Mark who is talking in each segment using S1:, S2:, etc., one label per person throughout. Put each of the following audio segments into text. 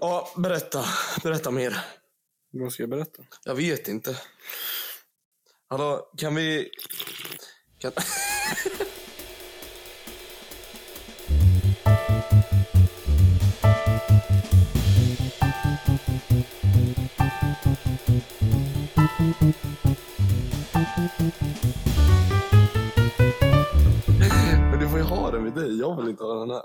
S1: Ja, berätta. Berätta mer.
S2: Vad ska jag berätta?
S1: Jag vet inte. Hallå, kan vi... Kan... Men du får ju ha den vid dig. Jag vill inte ha den här.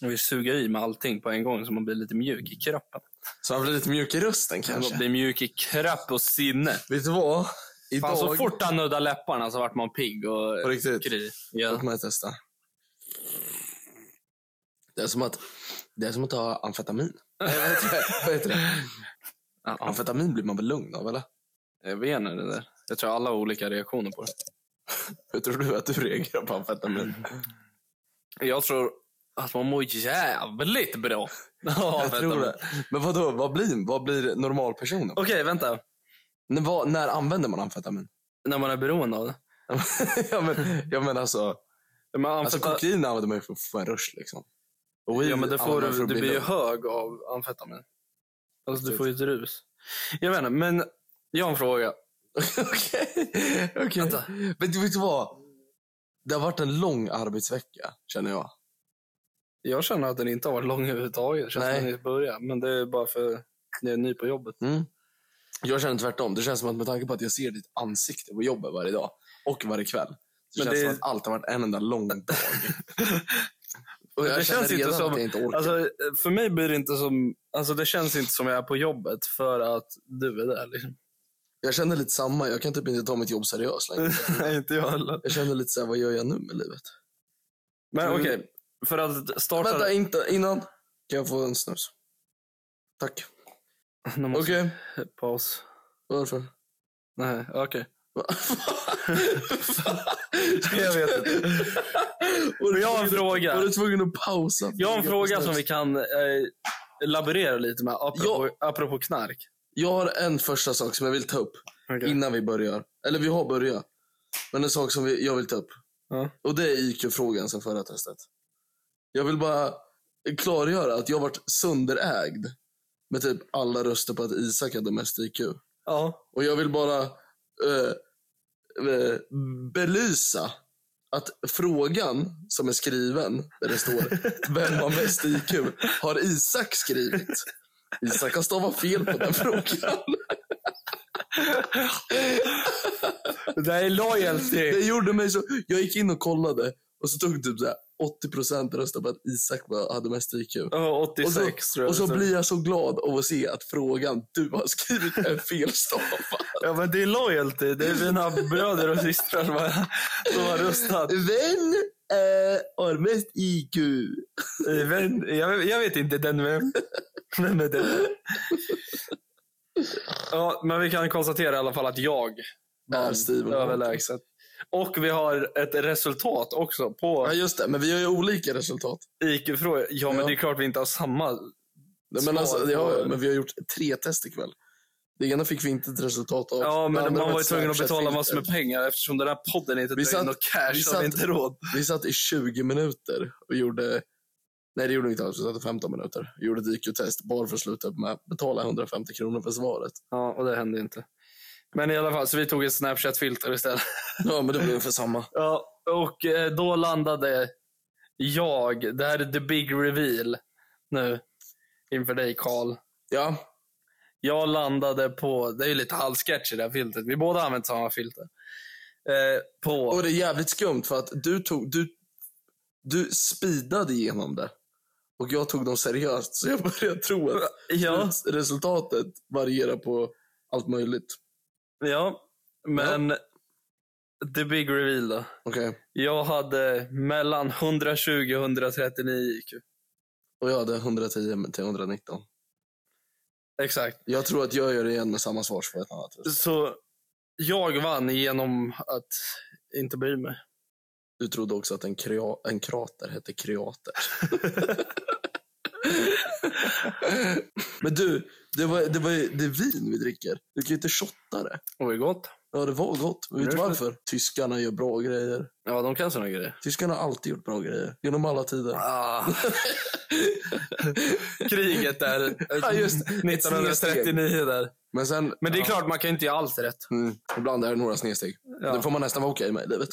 S2: Jag vill suga i med allting på en gång så man blir lite mjuk i kroppen.
S1: Så han blir lite mjuk i rösten
S2: Man
S1: kanske.
S2: blir mjuk i kropp och sinne.
S1: Vet du vad? Idag...
S2: Fan, så fort han nuddar läpparna så vart man pigg och
S1: På riktigt.
S2: kry.
S1: Låt
S2: Ja.
S1: mig testa. Det är som att, det är som att ta amfetamin. Nej, vad heter det? Vad heter det?
S2: Ja,
S1: Amfetamin blir man väl lugn av, eller?
S2: Jag vet inte det där. Jag tror alla har olika reaktioner på det.
S1: Hur tror du att du reagerar på amfetamin?
S2: Jag tror att man mår jävligt bra.
S1: jag tror det. Men vadå, vad blir, vad blir normalpersonen?
S2: Okej, vänta.
S1: När, vad, när använder man amfetamin?
S2: När man är beroende av det.
S1: ja, men, jag menar alltså,
S2: Men
S1: alltså
S2: amfeta-
S1: kokain använder man ju för att få en rush liksom. Och weed
S2: ja, men det får
S1: använder man för att
S2: du, du
S1: bli
S2: blir ju
S1: lugn.
S2: hög av amfetamin. Alltså, du
S1: Precis.
S2: får ju ett rus. Jag vet inte, men jag har en fråga.
S1: Okej, okej.
S2: Vänta.
S1: Men du vet du vad? Det har varit en lång arbetsvecka, känner jag.
S2: Jag känner att den inte har varit lång överhuvudtaget. Det känns
S1: Nej.
S2: som att den börjar. Men det är bara för jag är ny på jobbet.
S1: Mm. Jag känner tvärtom. Det känns som att med tanke på att jag ser ditt ansikte på jobbet varje dag och varje kväll. Så
S2: Men
S1: känns det som
S2: det-
S1: att allt har varit en enda lång dag. och jag
S2: Det
S1: känner
S2: känns inte
S1: redan
S2: som-
S1: att jag inte orkar.
S2: Alltså, för mig blir det inte som... Alltså, det känns inte som jag är på jobbet för att du är där. Liksom.
S1: Jag känner lite samma. Jag kan typ inte ta mitt jobb seriöst längre.
S2: Nej, inte jag heller.
S1: Jag känner lite så här, vad gör jag nu med livet?
S2: Men
S1: Mm.
S2: okej, för att starta...
S1: Vänta, inte, innan. Kan jag få en snus? Tack.
S2: Nu måste
S1: Okej,
S2: jag paus.
S1: varför?
S2: Nej, okej.
S1: jag vet inte.
S2: Och jag har en fråga.
S1: Var du tvungen att pausa?
S2: Jag har en fråga som vi kan eh, laborera lite med, apropå, apropå knark.
S1: Jag har en första sak som jag vill ta upp. innan vi börjar. Eller vi har börjat. Men en sak som vi, jag vill ta upp.
S2: Ja.
S1: Och det är IQ-frågan sen förra testet. Jag vill bara klargöra att jag varit sönderägd med typ alla röster på att Isak hade mest IQ.
S2: Ja.
S1: Och jag vill bara eh, eh, belysa att frågan som är skriven, där det står vem har mest IQ, har Isak skrivit. Isak har stavat fel på den frågan.
S2: Det är loyalty.
S1: Det gjorde mig så... Jag gick in och kollade och så tog typ så här 80 procent röstade på att Isak var, hade mest IQ.
S2: Ja,
S1: Och
S2: 86
S1: så,
S2: tror jag. liksom.
S1: och så
S2: det är.
S1: blir jag så glad av att se att frågan du har skrivit är felstavad.
S2: Ja, men det är loyalty. Det är mina bröder och systrar som har, som har röstat.
S1: Vem eh, har mest IQ?
S2: Vem, jag, jag vet inte den vem. Vem är det? Ja, men vi kan konstatera i alla fall att jag
S1: Är Steven
S2: överlägset. Och vi har ett resultat också på
S1: Ja, just det. Men vi har ju olika resultat.
S2: IQ-frågor. Ja, men
S1: Ja.
S2: det är klart vi inte har samma.
S1: Nej, Men, alltså,
S2: Svar.
S1: det har, men vi har gjort tre test ikväll. Det ena fick vi inte ett resultat av.
S2: Ja,
S1: Det
S2: men
S1: andra
S2: man var ju
S1: ett
S2: tvungen att betala
S1: Snapchat-filter.
S2: massor med pengar eftersom den här podden inte
S1: Vi
S2: drar
S1: satt-
S2: in något cash.
S1: vi
S2: Vi
S1: satt-
S2: har inte råd.
S1: Vi satt i 20 minuter och gjorde... Nej, det gjorde vi inte alls. Vi satt i 15 minuter. Vi gjorde ett IQ-test bara för att sluta med att betala 150 kronor för svaret.
S2: Ja, och det hände inte. Men i alla fall, så vi tog ett Snapchat-filter istället.
S1: Ja, men det blev ungefär samma.
S2: Ja, och eh, då landade jag. Det här är the big reveal nu inför dig, Karl.
S1: Ja,
S2: Jag landade på, det är ju lite halvsketch i det här filtret. Vi båda har använt samma filter. Eh, på,
S1: och det är jävligt skumt för att du tog... Du, du speedade igenom det. Och jag tog dem seriöst, så jag började tro att
S2: ja,
S1: sluts- resultatet varierar på allt möjligt.
S2: ja, men the big reveal då.
S1: Okej.
S2: Jag hade mellan 120 och 139 IQ.
S1: Och jag hade 110 till 119.
S2: Exakt.
S1: Jag tror att jag gör det igen med samma svar som på ett annat. test.
S2: Så jag vann genom att inte bry mig.
S1: Du trodde också att en, krea- en krater hette kreater. Men du, det var, det var ju det är vin vi dricker. Du kan ju inte shotta det.
S2: Och det är gott.
S1: Ja, det var gott. Men vet du
S2: Det är-
S1: varför? Tyskarna gör bra grejer.
S2: Ja, de kan såna grejer.
S1: Tyskarna har alltid gjort bra grejer. Genom alla tider.
S2: Ah. Kriget där.
S1: Ja, just det.
S2: 1939 där.
S1: Men sen...
S2: Men det är
S1: ja.
S2: klart, man kan ju inte göra allt rätt.
S1: Mm, ibland är det några snedsteg.
S2: Ja.
S1: Det får man nästan vara okej med i livet.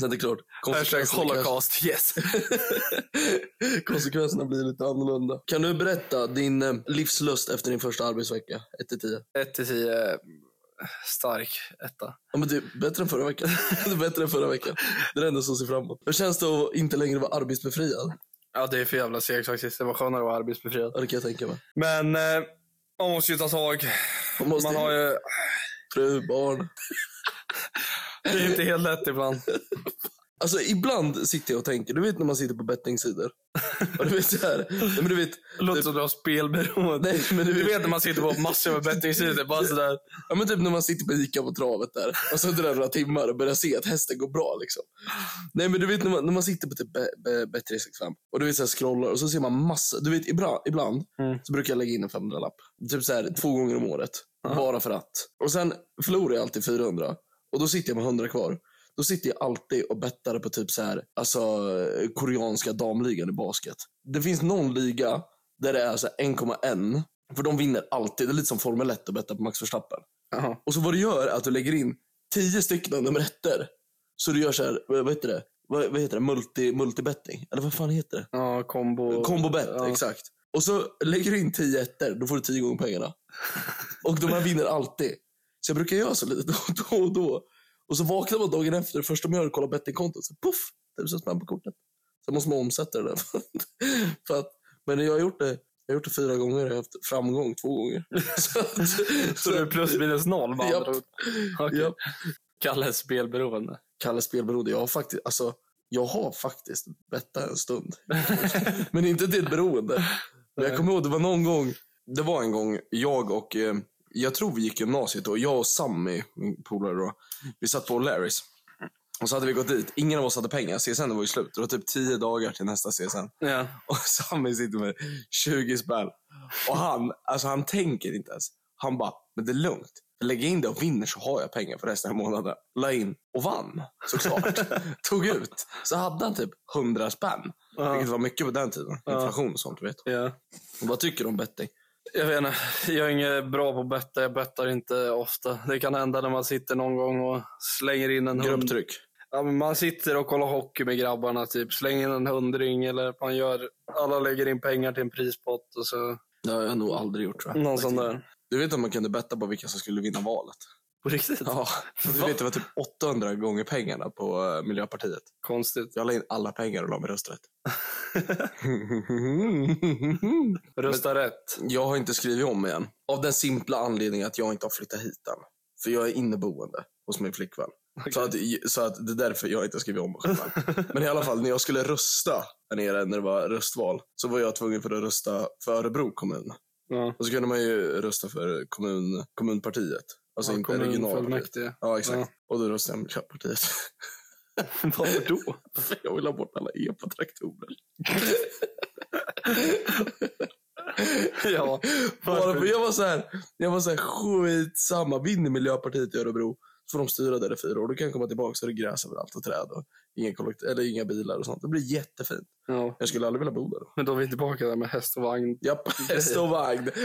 S1: sen det är klart.
S2: Hashtag
S1: konsekvenserna
S2: Holocaust, yes.
S1: kanske- Konsekvenserna blir lite annorlunda. Kan du berätta din eh, livslust efter din första arbetsvecka? 1 till 10.
S2: 1 till 10, stark etta.
S1: Ja, men det är bättre än förra veckan. det är bättre än förra veckan. Det är det enda som ser framåt. Hur känns det att inte längre vara arbetsbefriad?
S2: Ja, det är för jävla segt faktiskt. Det var skönare att vara arbetsbefriad.
S1: Ja, det kan jag tänka mig.
S2: Men eh, man måste ju ta tag.
S1: Man måste
S2: Man har ju...
S1: fru, barn.
S2: Det är inte helt lätt ibland.
S1: Alltså ibland sitter jag och tänker, du vet när man sitter på bettingsidor. Och du vet så här. Nej, men du vet,
S2: Låter som du har spelberoende.
S1: nej, men du
S2: Du
S1: vet,
S2: vet när man sitter på massor med bettingsidor. Bara sådär.
S1: ja, men typ när man sitter på Ica på travet där. Och så drar några timmar och börjar se att hästen går bra liksom. Nej men du vet när man, när man sitter på typ Be- Be- Bet365 och du vet så här scrollar och så ser man massa, du vet ibland, ibland
S2: Mm.
S1: så brukar jag lägga in en 500-lapp. Typ så här två gånger om året.
S2: Ja.
S1: Bara för att. Och sen förlorar jag alltid 400 och då sitter jag med 100 kvar. Då sitter jag alltid och bettar på typ så här, alltså eh, koreanska damligan i basket. Det finns någon liga där det är så här 1,1 för de vinner alltid. Det är lite som Formel 1 att betta på Max Verstappen. Och så vad du gör är att du lägger in tio stycken nummer ettor. Så du gör så här, vad vad heter det? Vad, vad heter det? Multi, multibetting? Eller vad fan heter det?
S2: Ja, kombo.
S1: Kombobett,
S2: ja.
S1: exakt. Och så lägger du in tio ettor, då får du tio gånger pengarna. Och de här vinner alltid. Så jag brukar göra så lite då, då och då. Och så vaknar man dagen efter, det första man gör är att kolla bettingkontot. Så puff, tusen spänn på kortet. Sen måste man omsätta det där. För att, men jag har gjort det, jag har gjort det fyra gånger, jag har haft framgång två gånger. Så, att,
S2: Så du är plus minus noll med
S1: Japp.
S2: andra ord. Okej.
S1: Japp.
S2: Kalle är spelberoende.
S1: Kalle spelberoende. Jag har faktiskt, alltså, jag har faktiskt bettat en stund. Men inte till ett beroende. Men jag kommer ihåg, det var någon gång, det var en gång jag och, eh, jag tror vi gick gymnasiet då, jag och Sammy, min polare då, vi satt på Larrys. Och så hade vi gått dit, ingen av oss hade pengar, CSN var ju slut. Det var typ tio dagar till nästa CSN.
S2: Ja.
S1: Och Sammy sitter med 20 spänn. Och han, alltså han tänker inte ens. Han bara, men det är lugnt. Lägg in det och vinner så har jag pengar för resten av månaden. La in och vann, såklart. Tog ut. Så hade han typ 100 spänn. Vilket
S2: Ja.
S1: var mycket på den tiden.
S2: Ja.
S1: Inflation och sånt, du vet.
S2: ja.
S1: Vad tycker du om betting?
S2: Jag vet inte. Jag är inget bra på att betta. Jag bettar inte ofta. Det kan hända när man sitter någon gång och slänger in en hund.
S1: Grupptryck?
S2: Ja, men man sitter och kollar hockey med grabbarna, typ. slänger in en hundring eller man gör, alla lägger in pengar till en prispott och så
S1: Det har jag nog aldrig gjort tror jag.
S2: någon sån där.
S1: Du vet att man kunde betta på vilka som skulle vinna valet?
S2: På riktigt?
S1: Ja. Du vet, det var typ 800 gånger pengarna på eh, Miljöpartiet.
S2: Konstigt.
S1: Jag la in alla pengar och la mig rösträtt.
S2: Rösta rätt.
S1: Jag har inte skrivit om igen. Av den simpla anledningen att jag inte har flyttat hit än. För jag är inneboende hos min flickvän. Så, att, så att det är därför jag inte har skrivit om mig själv. Men i alla fall, när jag skulle rösta här nere när det var röstval så var jag tvungen för att rösta för Örebro kommun.
S2: Ja.
S1: Och så kunde man ju rösta för kommun, kommunpartiet. Alltså
S2: Ja,
S1: inte regionalpartiet.
S2: kommunfullmäktige.
S1: Ja, exakt. Och då röstade jag Miljöpartiet.
S2: Varför då?
S1: jag vill ha bort alla E epatraktorer.
S2: ja.
S1: Bara
S2: Varför?
S1: för jag var så här, jag var så här skitsamma. Vinner Miljöpartiet i Örebro så får de styra där i fyra år. Du kan komma tillbaka så är det gräs överallt och träd och inga, kollekt- eller inga bilar och sånt. Det blir jättefint.
S2: ja.
S1: Jag skulle aldrig vilja bo där.
S2: Men då är vi tillbaka där med häst och vagn.
S1: Japp, häst och vagn.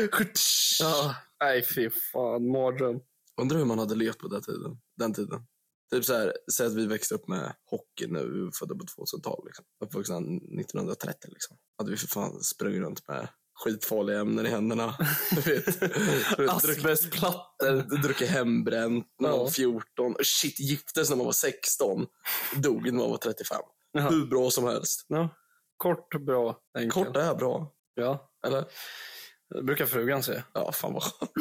S2: Ja. Nej, fy fan. Mardröm.
S1: Undrar hur man hade levt på den tiden. Den tiden. Typ så här, säg att vi växte upp med hockey nu, vi var födda på 2000-talet. Liksom. Uppvuxna 1930 liksom. Hade vi för fan sprungit runt med skitfarliga ämnen i händerna. Du vet. Druckit-
S2: Asbestplattor.
S1: Du druckit hembränt när man
S2: Ja.
S1: var 14. Shit, giftes när man var 16. Dog när man var 35.
S2: Ja.
S1: Hur bra som helst.
S2: Ja. Kort, bra, enkelt.
S1: Kort är bra.
S2: Ja.
S1: Eller?
S2: Det brukar frugan säga.
S1: Ja, fan vad skönt.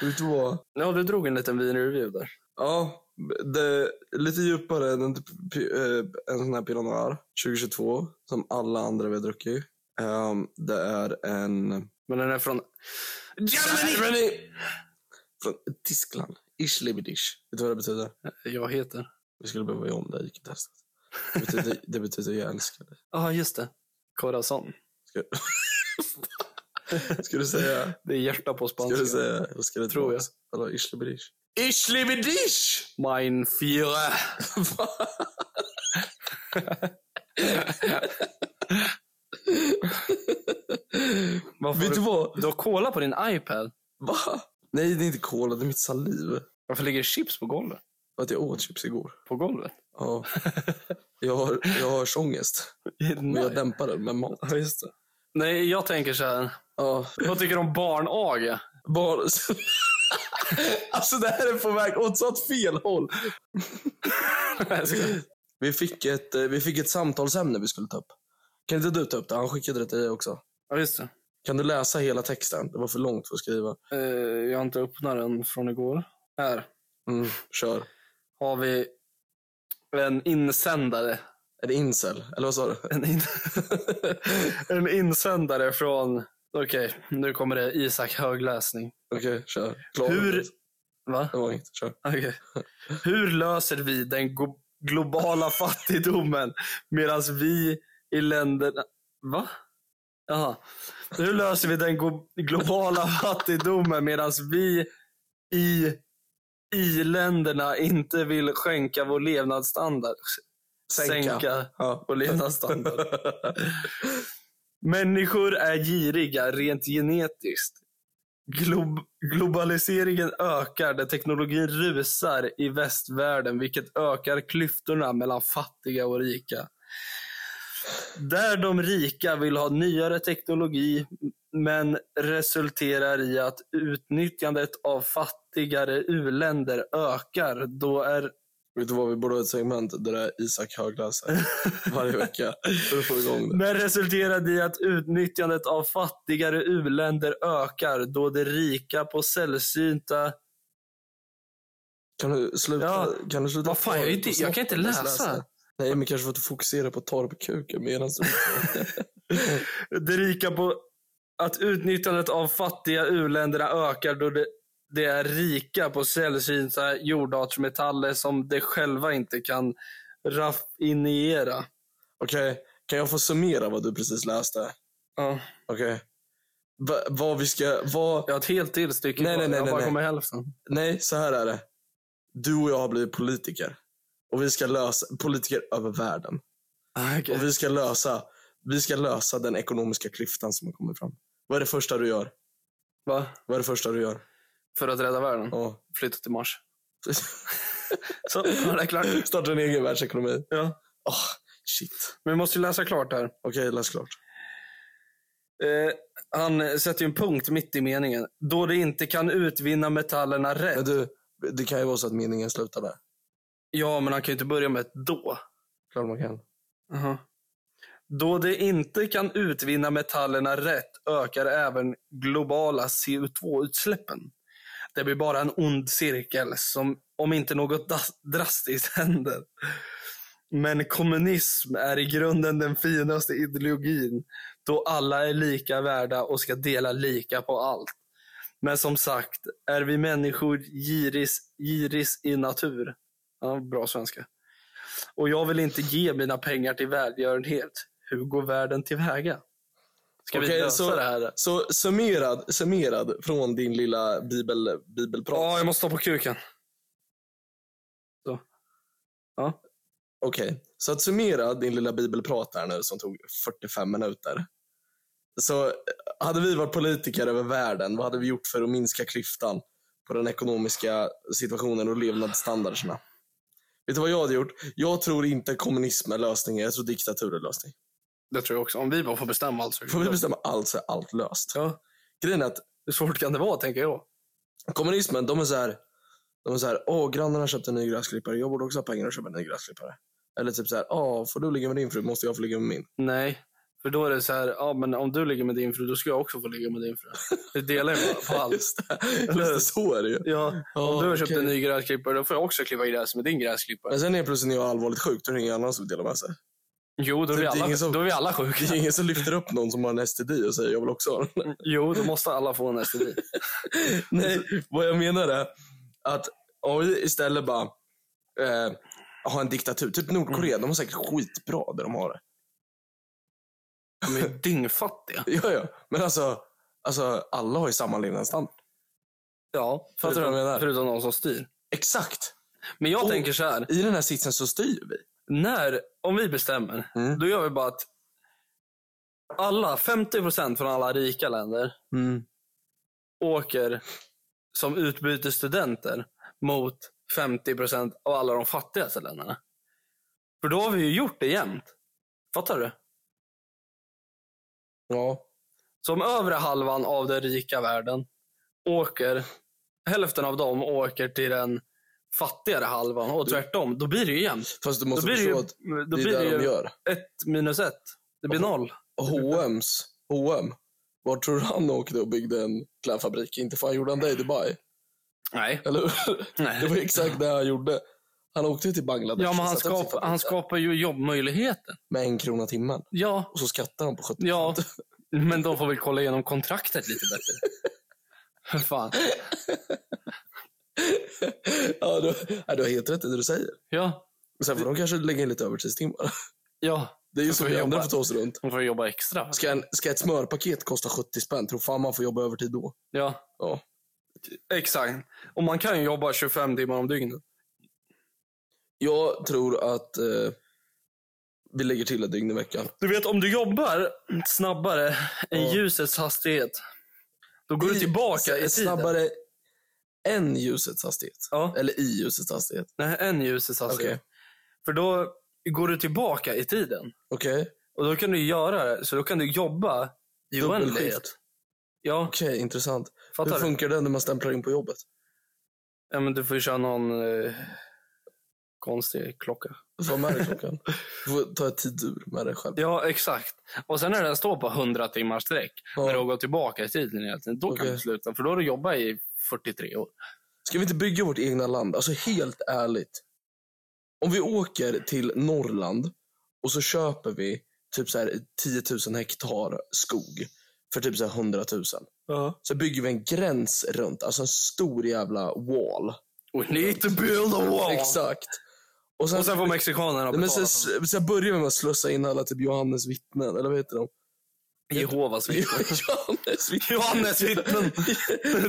S1: Vet du vad?
S2: Ja, du drog en liten vinreview där.
S1: Ja, det, lite djupare än en, p- eh, en sån här Pinot Noir 2022 som alla andra vi har druckit. Ehm, det är en
S2: Men den är från...
S1: Germany! Från Tyskland. Ich liebe dich. Vet du vad det betyder?
S2: Jag heter...
S1: Vi skulle behöva göra om det här IQ-testet. Det betyder, det betyder jag älskar dig.
S2: Ja, ah, just det. Corazon.
S1: Ska- Ska du säga?
S2: Det är hjärta på
S1: Ska du
S2: spanska.
S1: säga? Vad ska det
S2: Tror
S1: vara?
S2: jag.
S1: Hallå, Ischlibedisch. Ischlibedisch!
S2: Mein Führer. Varför
S1: Vet du
S2: du,
S1: vad?
S2: du har cola på din iPad?
S1: Va? Nej, det är inte cola, det är mitt saliv.
S2: Varför ligger det chips på golvet?
S1: För att jag åt chips igår.
S2: På golvet?
S1: Ja. Jag har, jag har sångest. Men jag
S2: Nej.
S1: dämpar den med mat.
S2: Ja, just det. Nej, jag tänker så här.
S1: Ja.
S2: Vad tycker du om barnage?
S1: Bara... alltså det här är på väg åt så åt fel håll. Vi fick, ett, eh, vi fick ett samtalsämne vi skulle ta upp. Kan inte du ta upp det? Han skickade det till dig också.
S2: ja, just det.
S1: Kan du läsa hela texten? Det var för långt för att skriva.
S2: Eh, jag har inte öppnat den från igår. Här
S1: Mm, kör.
S2: har vi en insändare.
S1: Är det incel? Eller vad sa du?
S2: En, in... en insändare från... Okej, nu kommer det Isak högläsning.
S1: Okej, kör. Klar.
S2: Hur- Va?
S1: Det var inget. Kör.
S2: Okej. Hur löser vi den go- globala fattigdomen medan vi i länderna... Va? Jaha. Hur löser vi den go- globala fattigdomen medan vi i i-länderna inte vill skänka vår levnadsstandard?
S1: Sänka. Ja.
S2: vår levnadsstandard. Människor är giriga rent genetiskt. Glo- globaliseringen ökar där teknologin rusar i västvärlden vilket ökar klyftorna mellan fattiga och rika. Där de rika vill ha nyare teknologi men resulterar i att utnyttjandet av fattigare u-länder ökar. Då är
S1: Vet du vad, vi borde ha ett segment där det är Isak högläser varje vecka. För att få igång det.
S2: Men resulterade i att utnyttjandet av fattigare u-länder ökar då de rika på sällsynta...
S1: Kan du sluta?
S2: Ja.
S1: Kan du sluta
S2: Vad fan, jag är inte-
S1: på
S2: jag kan inte
S1: snoppen?
S2: läsa.
S1: Nej, men kanske för att du fokuserar på torpkuken medan du...
S2: De rika på... Att utnyttjandet av fattiga u-länderna ökar då de, de är rika på sällsynta jordartsmetaller som de själva inte kan raffinera.
S1: Okej, kan jag få summera vad du precis läste?
S2: Ja,
S1: Okej. Va, vad vi ska... Vad...
S2: jag har ett helt till stycke
S1: Nej,
S2: kvar.
S1: nej, nej,
S2: Jag
S1: nej,
S2: bara
S1: nej.
S2: kommer hälften.
S1: Nej, så här är det. Du och jag har blivit politiker. Och vi ska lösa... Politiker över världen.
S2: Ah,
S1: Och vi ska lösa... Vi ska lösa den ekonomiska klyftan som har kommit fram. Vad är det första du gör?
S2: Va?
S1: Vad är det första du gör?
S2: För att rädda världen?
S1: Ja.
S2: Flytta till Mars. Så, ja, det är klart.
S1: Starta en egen världsekonomi.
S2: Ja.
S1: Oh, shit.
S2: Men vi måste ju läsa klart här.
S1: Okej, läs klart.
S2: Eh, han sätter ju en punkt mitt i meningen. Då det inte kan utvinna metallerna
S1: Men
S2: rätt.
S1: du, det kan ju vara så att meningen slutar där.
S2: Ja, men han kan ju inte börja med ett då.
S1: Klart man kan.
S2: Då det inte kan utvinna metallerna rätt ökar även globala CO2-utsläppen. Det blir bara en ond cirkel som om inte något das- drastiskt händer. Men kommunism är i grunden den finaste ideologin då alla är lika värda och ska dela lika på allt. Men som sagt, är vi människor giris, giris i natur? Ja, bra svenska. Och jag vill inte ge mina pengar till välgörenhet. Hur går världen tillväga? Ska vi
S1: Okej,
S2: lösa
S1: så-
S2: det här?
S1: Så summerad, summerad från din lilla bibel, bibelprat.
S2: Ja, jag måste ta på kuken.
S1: Okej, så att summera din lilla bibelprat där nu som tog 45 minuter. Så eh, hade vi varit politiker över världen, vad hade vi gjort för att minska klyftan på den ekonomiska situationen och levnadsstandarderna? Vet du vad jag hade gjort? Jag tror inte kommunism är lösningen, jag tror diktatur är lösningen.
S2: Det tror jag också. Om vi bara får bestämma allt så är det
S1: Får vi
S2: klart.
S1: bestämma allt så är allt löst.
S2: Ja.
S1: Grejen är att
S2: Hur svårt kan det vara, tänker jag.
S1: kommunismen, de är så här, de är så här, åh grannarna köpte en ny gräsklippare, jag borde också ha pengar och köpa en ny gräsklippare. Eller typ så här, åh får du ligga med din fru måste jag få ligga med min.
S2: Nej, för då är det så här, ja men om du ligger med din fru, då ska jag också få ligga med din fru. Vi delar ju bara på allt.
S1: Just det. Eller så är det ju.
S2: Ja,
S1: Ja,
S2: om du har köpt
S1: okej.
S2: en ny gräsklippare, då får jag också klippa gräs med din gräsklippare.
S1: Men sen är plötsligt när jag är allvarligt sjuk, då är det ingen annan som delar med sig.
S2: Jo, då är
S1: Det
S2: vi
S1: är
S2: alla,
S1: ingen som-
S2: då är vi alla sjuka.
S1: Det är ingen som lyfter upp någon som har en STD och säger jag vill också ha den.
S2: Jo, då måste alla få en STD.
S1: Nej, vad jag menar är att om vi istället bara eh, har en diktatur, typ Nordkorea,
S2: Mm.
S1: de har säkert skitbra där de har det.
S2: De är dyngfattiga.
S1: Ja, ja, men alltså, Alltså, alla har ju samma levnadsstandard.
S2: Ja,
S1: Fattar du
S2: förutom,
S1: vad jag menar?
S2: förutom någon som styr.
S1: Exakt.
S2: Men jag
S1: Och-
S2: tänker så här.
S1: I den här sitsen så styr vi.
S2: När, om vi bestämmer,
S1: Mm.
S2: då gör vi bara att alla, 50 från alla rika länder åker som utbytesstudenter mot 50 av alla de fattigaste länderna. För då har vi ju gjort det jämnt. Fattar du?
S1: Ja.
S2: Som övre halvan av den rika världen åker, hälften av dem åker till den fattigare halvan och tvärtom. Då blir det ju jämnt.
S1: Fast du
S2: Då
S1: måste
S2: blir det
S1: förstå
S2: ju,
S1: att
S2: då
S1: det är
S2: blir
S1: det
S2: det
S1: de
S2: ju
S1: gör.
S2: ett minus ett. Det blir noll.
S1: H&M's, H&M. Var tror du han åkte och byggde en klädfabrik? Inte fan gjorde han det i Dubai.
S2: Nej.
S1: Eller hur? Det var exakt det han gjorde. Han åkte ju till Bangladesh.
S2: Ja, men
S1: och
S2: han,
S1: satte upp sin
S2: skapar,
S1: fabrik
S2: han
S1: där
S2: skapar ju jobbmöjligheten.
S1: Med en krona timmen.
S2: Ja,
S1: Och så skattar han på 70
S2: ja. Men de får väl kolla igenom kontraktet lite bättre. För Fan.
S1: ja, du, ja, du har helt rätt i det du säger.
S2: Ja,
S1: Men Sen får de kanske lägga in lite övertidstimmar.
S2: ja.
S1: Det är ju
S2: Då
S1: så
S2: får vi
S1: vi andra
S2: jobba.
S1: får ta oss runt.
S2: De får jobba extra.
S1: Ska, en, ska ett smörpaket kosta 70 spänn? Tror fan man får jobba övertid då.
S2: Ja.
S1: Ja.
S2: Exakt. Och man kan ju jobba 25 timmar om dygnet.
S1: Jag tror att eh, vi lägger till ett dygn i veckan.
S2: Du vet, om du jobbar snabbare än
S1: Ja.
S2: ljusets hastighet, då går du tillbaka i tiden.
S1: Snabbare än ljusets hastighet.
S2: Ja,
S1: Eller i ljusets hastighet.
S2: nej, än ljusets hastighet.
S1: Okej.
S2: För då går du tillbaka i tiden.
S1: Okej,
S2: Och då kan du göra det, så då kan du jobba i
S1: Dubbelskift.
S2: oändlighet. Ja,
S1: Okej, intressant. Hur
S2: fattar du?
S1: funkar det när man stämplar in på jobbet?
S2: Ja, men du får ju köra någon eh, konstig klocka.
S1: Vad är klockan? Du får ta ett tidur med dig själv.
S2: Ja, exakt. Och sen när den står på 100 timmars sträck, när du har
S1: Ja.
S2: gått tillbaka i tiden egentligen, då kan
S1: Okej.
S2: du sluta. För då har du jobbat i 43 år.
S1: Ska vi inte bygga vårt egna land? Alltså helt ärligt. Om vi åker till Norrland och så köper vi typ så här 10 000 hektar skog för typ så här 100 000.
S2: Ja.
S1: Så bygger vi en gräns runt, alltså en stor jävla wall.
S2: We need to build a wall!
S1: Exakt. Och sen,
S2: Och sen får mexikanerna
S1: Nej,
S2: betala.
S1: men sen,
S2: för
S1: sen börjar vi med att slussa in alla typ Johannes vittnen, eller vad heter de?
S2: Jehovas vittnen.
S1: Johannes vittnen.
S2: Johannes vittnen.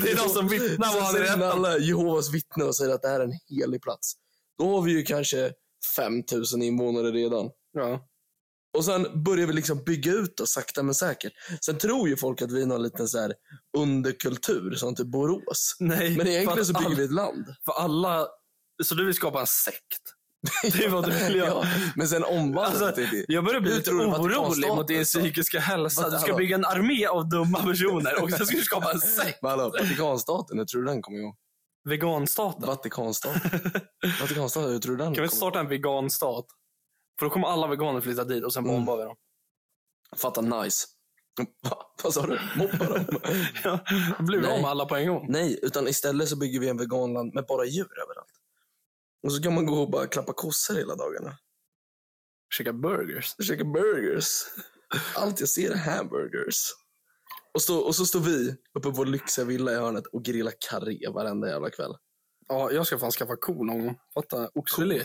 S2: Det är de som vittnar vad
S1: Sen
S2: han är
S1: säger
S2: rätt om.
S1: alla Jehovas vittnen och säger att det här är en helig plats. Då har vi ju kanske 5000 invånare redan.
S2: Ja.
S1: Och sen börjar vi liksom bygga ut oss sakta men säkert. Sen tror ju folk att vi är någon liten så här underkultur, som typ Borås.
S2: Nej,
S1: Men egentligen så
S2: för, att
S1: bygger
S2: all,
S1: vi ett land.
S2: för alla... Så du vill skapa en sekt? Det är vad du vill göra.
S1: Ja, men sen omvandlas
S2: Alltså,
S1: det till...
S2: Jag börjar bli
S1: Hur
S2: lite
S1: tror du
S2: orolig
S1: Vatikanstaten
S2: mot din
S1: sa?
S2: psykiska hälsa.
S1: Vad-
S2: Du ska
S1: hallå?
S2: bygga en armé av dumma personer och sen ska du skapa en sekt.
S1: Men hallå, Vatikanstaten, hur tror du den kommer igång?
S2: Veganstaten.
S1: Vatikanstaten. Vatikanstaten, hur tror du den
S2: Kan vi inte
S1: kommer
S2: starta en veganstat? För då kommer alla veganer flytta dit och sen
S1: Mm.
S2: bombar vi dem.
S1: Fatta nice. Va? Vad sa du? Mobba dem?
S2: Ja, då blir vi
S1: Nej.
S2: av med alla på en gång.
S1: Nej, utan istället så bygger vi en veganland med bara djur överallt. Och så kan man gå och bara klappa kossor hela dagarna.
S2: Käka burgers.
S1: Och käka burgers. Allt jag ser är hamburgers. Och, stå, och så står vi uppe på vår lyxiga villa i hörnet och grillar karré varenda jävla kväll.
S2: Ja, jag ska fan skaffa ko någon gång. Fatta, oxfilé.